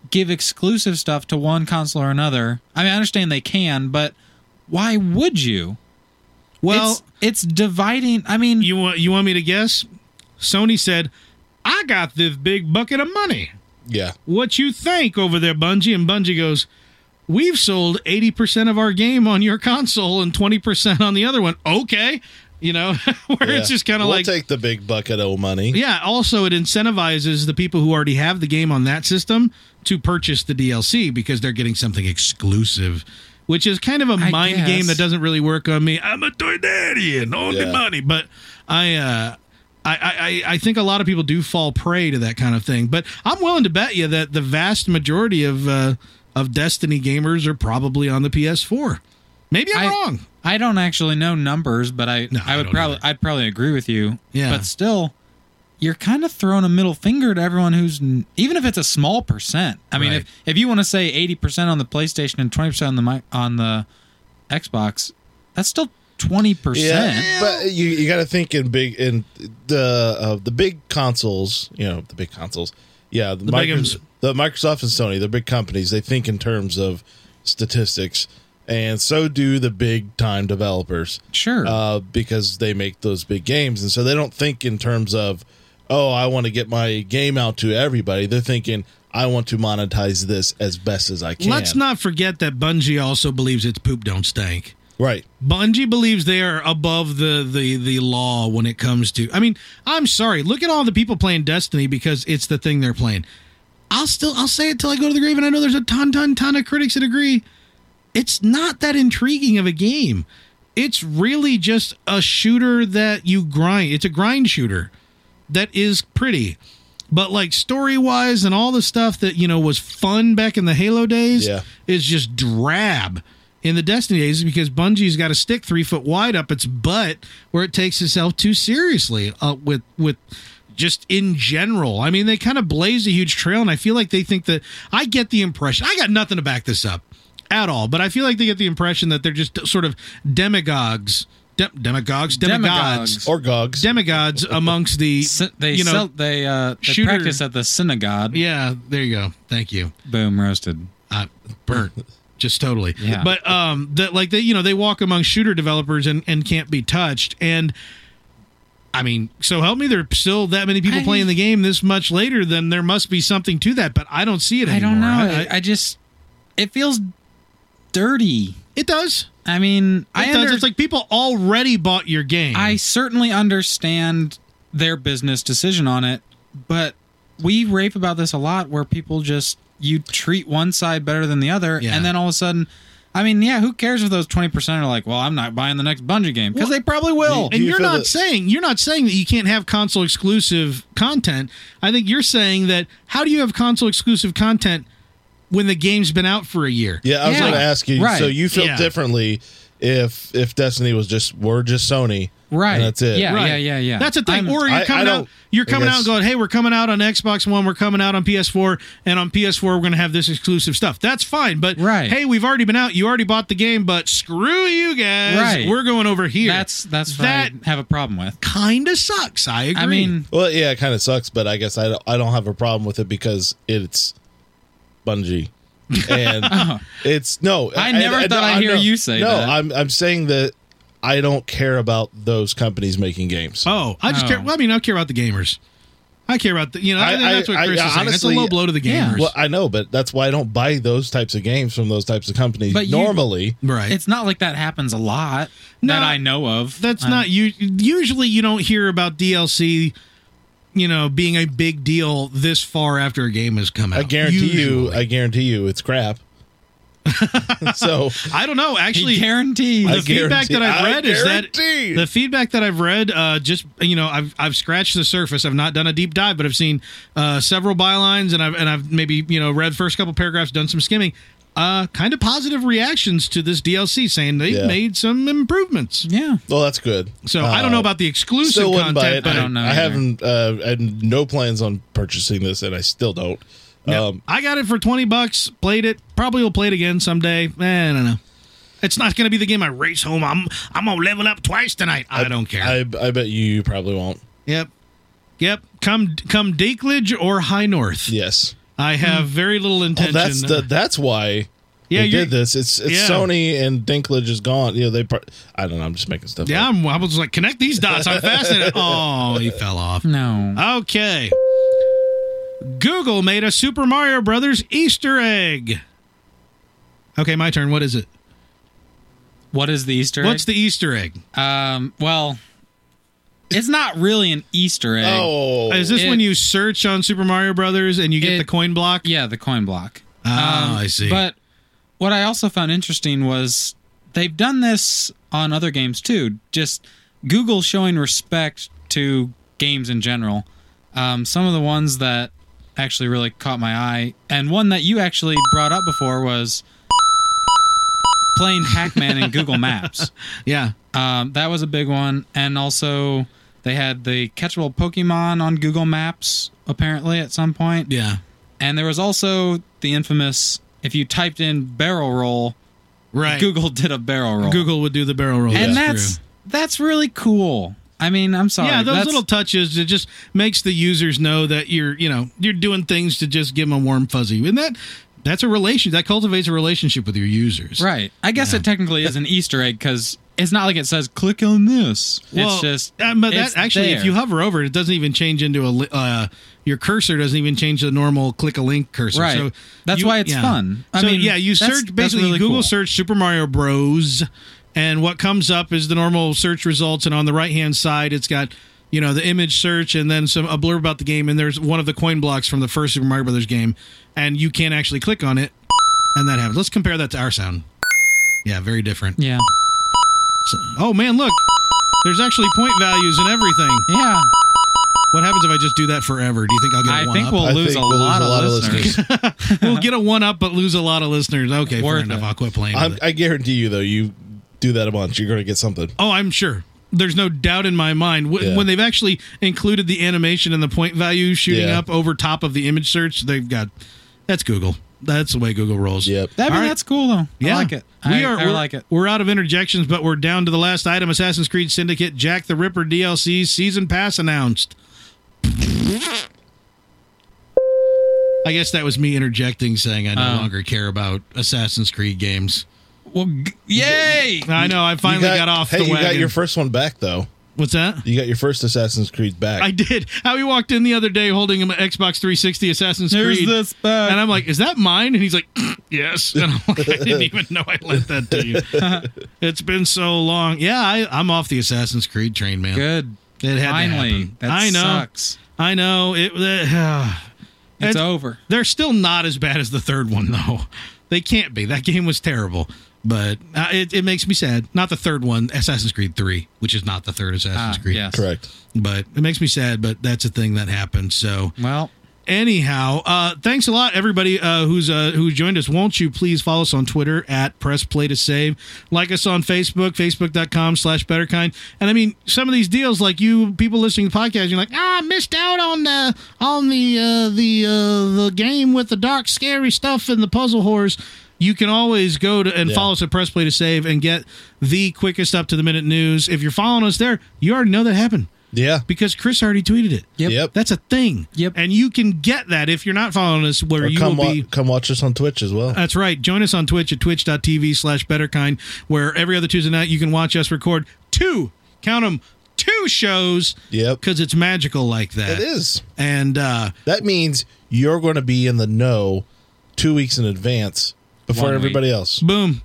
Speaker 2: give exclusive stuff to one console or another? I mean, I understand they can, but why would you?
Speaker 1: Well,
Speaker 2: it's, it's dividing. I mean,
Speaker 1: you want you want me to guess? Sony said, "I got this big bucket of money.
Speaker 3: Yeah.
Speaker 1: What you think over there, Bungie?" And Bungie goes, "We've sold eighty percent of our game on your console and twenty percent on the other one." Okay, you know, where
Speaker 3: yeah.
Speaker 1: it's just kind of
Speaker 3: We'll
Speaker 1: like
Speaker 3: take the big bucket of money.
Speaker 1: Yeah, also it incentivizes the people who already have the game on that system to purchase the DLC because they're getting something exclusive, which is kind of a
Speaker 2: I
Speaker 1: mind
Speaker 2: guess.
Speaker 1: game that doesn't really work on me. I'm a Toydarian, only
Speaker 3: Yeah.
Speaker 1: money, but I uh I, I- I, I think a lot of people do fall prey to that kind of thing, but I'm willing to bet you that the vast majority of uh, of Destiny gamers are probably on the PS4. Maybe I'm
Speaker 2: I-
Speaker 1: wrong.
Speaker 2: I don't actually know numbers, but I
Speaker 1: No, I
Speaker 2: I would
Speaker 1: don't
Speaker 2: probably
Speaker 1: either.
Speaker 2: I'd probably agree with you.
Speaker 1: Yeah.
Speaker 2: But still, you're kind of throwing a middle finger to everyone who's n- even if it's a small percent. I mean,
Speaker 1: Right.
Speaker 2: if if you want to say eighty percent on the PlayStation and twenty percent on the mi- on the Xbox, that's still twenty percent.
Speaker 3: Yeah, but you, you got to think in big in the uh, the big consoles. You know the big consoles. Yeah, the,
Speaker 1: big
Speaker 3: Micros-
Speaker 1: uns.
Speaker 3: the Microsoft and Sony, they're big companies. They think in terms of statistics, and so do the big time developers
Speaker 2: Sure,
Speaker 3: uh, because they make those big games, and so they don't think in terms of, oh, I want to get my game out to everybody. They're thinking, I want to monetize this as best as I can.
Speaker 1: Let's not forget that Bungie also believes its poop don't stink.
Speaker 3: right.
Speaker 1: Bungie believes they are above the, the the law when it comes to. I mean, I'm sorry. Look at all the people playing Destiny because it's the thing they're playing. I'll still I'll say it till I go to the grave, and I know there's a ton ton ton of critics that agree. It's not that intriguing of a game. It's really just a shooter that you grind. It's a grind shooter that is pretty, but like story wise and all the stuff that you know was fun back in the Halo days
Speaker 3: Yeah.
Speaker 1: is just drab in the Destiny days because Bungie's got a stick three foot wide up its butt where it takes itself too seriously uh, with with just in general. I mean, they kind of blaze a huge trail, and I feel like they think that I get the impression I got nothing to back this up at all, but I feel like they get the impression that they're just sort of demagogues, de- demagogues, demagogues,
Speaker 2: Demagogues.
Speaker 3: Or gogs.
Speaker 1: demagogues amongst the
Speaker 2: S- they
Speaker 1: you know
Speaker 2: sell, they uh, they
Speaker 1: shooter-
Speaker 2: practice at the synagogue.
Speaker 1: yeah there you go thank you
Speaker 2: Boom, roasted.
Speaker 1: uh, burnt just totally
Speaker 2: Yeah.
Speaker 1: but um that like they you know they walk among shooter developers and and can't be touched and i mean so help me there're still that many people
Speaker 2: I-
Speaker 1: playing the game this much later then there must be something to that but i don't see it
Speaker 2: I
Speaker 1: anymore.
Speaker 2: don't know.
Speaker 1: I-
Speaker 2: I,
Speaker 1: I-
Speaker 2: I just it feels dirty.
Speaker 1: it does
Speaker 2: I mean,
Speaker 1: it
Speaker 2: I
Speaker 1: does
Speaker 2: under-
Speaker 1: it's like people already bought your game
Speaker 2: I certainly understand their business decision on it, but we rave about this a lot where people just you treat one side better than the other
Speaker 1: Yeah.
Speaker 2: and then all of a sudden I mean, yeah, who cares if those 20% are like, "Well, I'm not buying the next Bungie game" because they probably will.
Speaker 3: Do
Speaker 1: and
Speaker 3: you
Speaker 1: you're
Speaker 3: feel
Speaker 1: not
Speaker 3: that-
Speaker 1: saying you're not saying that you can't have console exclusive content. I think you're saying that how do you have console exclusive content when the game's been out for a year?
Speaker 3: Yeah, I was
Speaker 2: Yeah.
Speaker 3: going to ask you.
Speaker 2: Right.
Speaker 3: So you feel
Speaker 1: Yeah.
Speaker 3: differently if if Destiny was just we're just Sony,
Speaker 2: Right.
Speaker 3: And that's it.
Speaker 2: Yeah.
Speaker 1: Right.
Speaker 2: yeah.
Speaker 1: That's the thing.
Speaker 2: I'm-
Speaker 1: or
Speaker 3: I-
Speaker 1: you're
Speaker 3: I
Speaker 1: coming out.
Speaker 3: don't-
Speaker 1: You're coming
Speaker 3: I
Speaker 1: out and
Speaker 3: guess-
Speaker 1: going, "Hey, we're coming out on Xbox One. We're coming out on PS4, and on PS4 we're going to have this exclusive stuff." That's fine. But
Speaker 2: Right.
Speaker 1: hey, we've already been out. You already bought the game, but screw you guys.
Speaker 2: Right.
Speaker 1: We're going over here.
Speaker 2: that's that's what
Speaker 1: that
Speaker 2: I have a problem with.
Speaker 1: kind of sucks. I agree.
Speaker 2: I mean,
Speaker 3: Well, yeah, it kind of sucks, but I guess I don't, I don't have a problem with it because it's Bungie. And it's no.
Speaker 2: Uh-huh. I never thought I'd hear
Speaker 3: no.
Speaker 2: you say
Speaker 3: no,
Speaker 2: that.
Speaker 3: I'm I'm saying that I don't care about those companies making games.
Speaker 1: Oh, I just
Speaker 2: Oh.
Speaker 1: care. Well, I mean, I care about the gamers. I care about the you know. I,
Speaker 3: I-
Speaker 1: think that's what
Speaker 3: I-
Speaker 1: Chris
Speaker 3: I-
Speaker 1: is saying. That's a
Speaker 3: honestly-
Speaker 1: low blow to the
Speaker 2: Yeah.
Speaker 1: gamers.
Speaker 3: Well, I know, but that's why I don't buy those types of games from those types of companies
Speaker 2: But you-
Speaker 3: normally.
Speaker 1: right.
Speaker 2: it's not like that happens a lot
Speaker 1: No,
Speaker 2: that I know of.
Speaker 1: that's
Speaker 2: I'm-
Speaker 1: not you. Usually, you don't hear about DLC. You know, being a big deal this far after a game has come out.
Speaker 3: I guarantee you,
Speaker 1: Usually.
Speaker 3: I guarantee you, it's crap. so
Speaker 1: I don't know.
Speaker 2: He
Speaker 1: Actually,
Speaker 2: guarantees.
Speaker 1: the feedback
Speaker 3: guarantee-
Speaker 1: that I've
Speaker 3: I
Speaker 1: read is that
Speaker 3: guarantee.
Speaker 1: the feedback that I've read, uh, just you know, I've I've scratched the surface. I've not done a deep dive, but I've seen uh, several bylines, and I've and I've maybe you know read first couple paragraphs, done some skimming. Uh, kind of positive reactions to this DLC, saying they
Speaker 3: Yeah.
Speaker 1: have made some improvements.
Speaker 2: yeah.
Speaker 3: well, that's good. Uh,
Speaker 1: So I don't know about the exclusive
Speaker 3: Oh. still wouldn't
Speaker 1: content,
Speaker 3: buy it.
Speaker 1: but
Speaker 2: I don't know
Speaker 3: I
Speaker 2: either.
Speaker 3: haven't. Uh, I had no plans on purchasing this, and I still don't.
Speaker 1: no,
Speaker 3: Um,
Speaker 1: I got it for twenty bucks. Played it. Probably will play it again someday. Eh, I don't know. It's not going to be the game I race home. I'm I'm gonna level up twice tonight. I, don't care.
Speaker 3: I, I bet you, you probably won't.
Speaker 1: Yep. Yep. Come come Deaklage or High North.
Speaker 3: Yes,
Speaker 1: I have very little
Speaker 3: oh,
Speaker 1: intention.
Speaker 3: that's the, that's why.
Speaker 1: Yeah,
Speaker 3: they
Speaker 1: you're-
Speaker 3: did this. It's it's
Speaker 1: Yeah.
Speaker 3: Sony and Dinklage is gone. You know they. Pro- I don't know. I'm just making stuff.
Speaker 1: yeah,
Speaker 3: up.
Speaker 1: I'm, I was like, connect these dots. I'm fascinated. oh, he fell off.
Speaker 2: No.
Speaker 1: Okay. Google made a Super Mario Brothers Easter egg. Okay, my turn. What is it?
Speaker 2: What is the Easter egg?
Speaker 1: What's the Easter egg?
Speaker 2: Um, well, it's not really an Easter egg.
Speaker 3: Oh,
Speaker 1: Is this
Speaker 2: It-
Speaker 1: when you search on Super Mario Brothers and you get
Speaker 2: It-
Speaker 1: the coin block?
Speaker 2: Yeah, the coin block.
Speaker 1: Ah, I see.
Speaker 2: But what I also found interesting was they've done this on other games too. Just Google showing respect to games in general. Um, some of the ones that actually really caught my eye, and one that you actually brought up before was playing Pac-Man in Google Maps.
Speaker 1: yeah.
Speaker 2: Um, that was a big one, and also They had the catchable Pokemon on Google Maps apparently at some point.
Speaker 1: Yeah.
Speaker 2: And there was also the infamous if you typed in barrel roll,
Speaker 1: Right. Google,
Speaker 2: Google did a barrel roll.
Speaker 1: would do the barrel roll.
Speaker 2: and
Speaker 1: That's
Speaker 2: that's
Speaker 1: true.
Speaker 2: that's really cool. I mean, I'm sorry.
Speaker 1: yeah, those
Speaker 2: that's-
Speaker 1: little touches it just makes the users know that you're you know you're doing things to just give them a warm fuzzy, and that that's a relation that cultivates a relationship with your users.
Speaker 2: Right. I guess it technically is an Easter egg because it's not like it says click on this. it's just.
Speaker 1: uh, but that
Speaker 2: it's
Speaker 1: actually, if
Speaker 2: there.
Speaker 1: you hover over it, it doesn't even change into a li- uh, your cursor doesn't even change to the normal click a link cursor.
Speaker 2: Right.
Speaker 1: So
Speaker 2: That's
Speaker 1: you-
Speaker 2: why it's
Speaker 1: yeah.
Speaker 2: fun. I
Speaker 1: so
Speaker 2: mean,
Speaker 1: yeah, you
Speaker 2: that's-
Speaker 1: search
Speaker 2: that's
Speaker 1: basically you
Speaker 2: really
Speaker 1: Google
Speaker 2: cool.
Speaker 1: search Super Mario Bros. And what comes up is the normal search results, and on the right hand side, it's got you know the image search and then some a blurb about the game, and there's one of the coin blocks from the first Super Mario Brothers game, and you can't actually click on it, and that happens. Let's compare that to our sound. Yeah, very different.
Speaker 2: Yeah.
Speaker 1: So- oh man, look. There's actually point values and everything.
Speaker 2: Yeah.
Speaker 1: What happens if I just do that forever? Do you think I'll get a
Speaker 2: I
Speaker 1: one
Speaker 2: think
Speaker 1: up?
Speaker 2: we'll
Speaker 3: I
Speaker 2: lose,
Speaker 3: think
Speaker 2: a, lot of listeners.
Speaker 1: We'll get a one up but lose a lot of listeners. Okay, fair
Speaker 2: Worth
Speaker 1: enough.
Speaker 2: it.
Speaker 1: I'll quit playing. with
Speaker 3: I'm,
Speaker 1: it.
Speaker 3: I guarantee you, though, you do that a bunch, you're going to get something.
Speaker 1: Oh, I'm sure. There's no doubt in my mind Wh-
Speaker 3: Yeah.
Speaker 1: when they've actually included the animation and the point value shooting
Speaker 3: Yeah.
Speaker 1: up over top of the image search. They've got that's Google. That's the way Google rolls.
Speaker 3: Yep.
Speaker 2: That, I mean,
Speaker 1: All right.
Speaker 2: that's cool though. I like it. I, I
Speaker 1: we're-
Speaker 2: like it.
Speaker 1: We're out of interjections, but we're down to the last item: Assassin's Creed Syndicate, Jack the Ripper DLC season pass announced. I guess that was me interjecting, saying I no
Speaker 2: Oh.
Speaker 1: longer care about Assassin's Creed games.
Speaker 2: Well, g- yay!
Speaker 1: I know I
Speaker 3: You
Speaker 1: finally got, off
Speaker 3: Hey,
Speaker 1: the
Speaker 3: you
Speaker 1: wagon.
Speaker 3: got your first one back, though.
Speaker 1: What's that?
Speaker 3: You got your first Assassin's Creed back.
Speaker 1: I did. How he walked in the other day holding an Xbox 360 Assassin's
Speaker 2: There's
Speaker 1: Creed.
Speaker 2: this bag.
Speaker 1: And I'm like, is that mine? And he's like, yes. And I'm like, I didn't even know I lent that to you. it's been so long. Yeah, I, I'm off the Assassin's Creed train, man.
Speaker 2: Good.
Speaker 1: It had to
Speaker 2: Finally,
Speaker 1: happen.
Speaker 2: that
Speaker 1: I know.
Speaker 2: sucks.
Speaker 1: I know. It.
Speaker 2: It's,
Speaker 1: It's-
Speaker 2: over.
Speaker 1: they're still not as bad as the third one, though. They can't be. That game was terrible. But uh, it, it makes me sad. Not the third one, Assassin's Creed 3, which is not the third Assassin's
Speaker 2: Ah,
Speaker 1: Creed.
Speaker 2: yes.
Speaker 3: Correct.
Speaker 1: But it makes me sad, but that's a thing that happened. So
Speaker 2: Well,
Speaker 1: anyhow uh thanks a lot everybody uh who's uh who joined us won't you please follow us on twitter at press play to save like us on facebook facebook.com slash betterkind and i mean some of these deals like you people listening to the podcast you're like ah, i missed out on the on the uh the uh the game with the dark scary stuff and the puzzle horrors you can always go to and
Speaker 3: Yeah.
Speaker 1: follow us at press play to save and get the quickest up to the minute news if you're following us there you already know that happened
Speaker 3: Yeah.
Speaker 1: because Chris already tweeted it.
Speaker 2: Yep.
Speaker 3: Yep.
Speaker 1: That's a thing.
Speaker 2: Yep.
Speaker 1: And you can get that if you're not following us where
Speaker 3: Or
Speaker 1: you
Speaker 3: come,
Speaker 1: will be.
Speaker 3: wa- come watch us on Twitch as well.
Speaker 1: That's right. Join us on Twitch at twitch.tv slash betterkind, where every other Tuesday night you can watch us record two, count them, two shows.
Speaker 3: Yep.
Speaker 1: Because it's magical like that.
Speaker 3: it is.
Speaker 1: And uh,
Speaker 3: That means you're going to be in the know two weeks in advance before
Speaker 2: One week.
Speaker 3: everybody else.
Speaker 1: boom.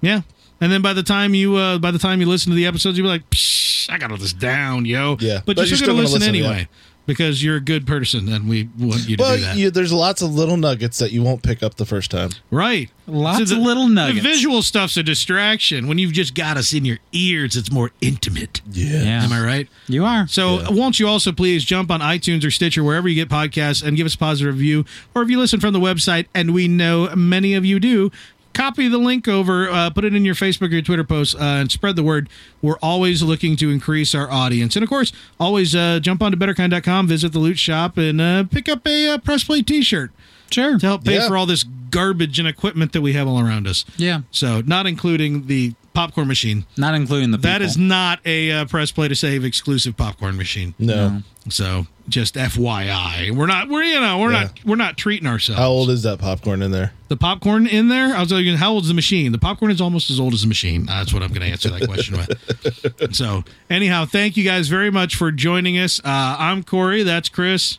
Speaker 1: Yeah. And then by the time you uh, by the time you listen to the episodes, you'll be like, Psh, I got all this down, yo.
Speaker 3: Yeah.
Speaker 1: But, you're still going to listen, anyway because you're a good person, and we want you to do
Speaker 3: Well,
Speaker 1: that.
Speaker 3: you, there's lots of little nuggets that you won't pick up the first time.
Speaker 1: Right.
Speaker 2: Lots
Speaker 1: the-
Speaker 2: of little nuggets.
Speaker 1: The visual stuff's a distraction. When you've just got us in your ears, it's more intimate.
Speaker 3: Yeah.
Speaker 2: yeah.
Speaker 1: Am I right?
Speaker 2: You are.
Speaker 1: So, won't you also please jump on iTunes or Stitcher, wherever you get podcasts, and give us a positive review? Or if you listen from the website, and we know many of you do, copy the link over, uh, put it in your Facebook or your Twitter posts, uh, and spread the word. We're always looking to increase our audience. And of course, always uh, jump onto betterkind.com, visit the loot shop, and uh, pick up a uh, Press Play t shirt
Speaker 2: Sure.
Speaker 1: to help pay
Speaker 3: Yeah.
Speaker 1: for all this garbage and equipment that we have all around us.
Speaker 2: Yeah.
Speaker 1: So, not including the popcorn machine.
Speaker 2: Not including the people.
Speaker 1: That is not a uh, press play to save exclusive popcorn machine.
Speaker 3: No.
Speaker 1: So, just FYI, we're not we're you know we're
Speaker 3: Yeah.
Speaker 1: not we're not treating ourselves.
Speaker 3: How old is that popcorn in there?
Speaker 1: the popcorn in there? I was like, how old is the machine? The popcorn is almost as old as the machine. Uh, That's what I'm going to answer that question with. So, anyhow, thank you guys very much for joining us. Uh, I'm Corey. That's Chris.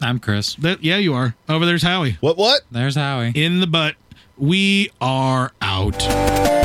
Speaker 2: I'm Chris.
Speaker 1: That yeah, you are. Over there's Howie
Speaker 3: What? What?
Speaker 2: There's Howie.
Speaker 1: in the butt. We are out.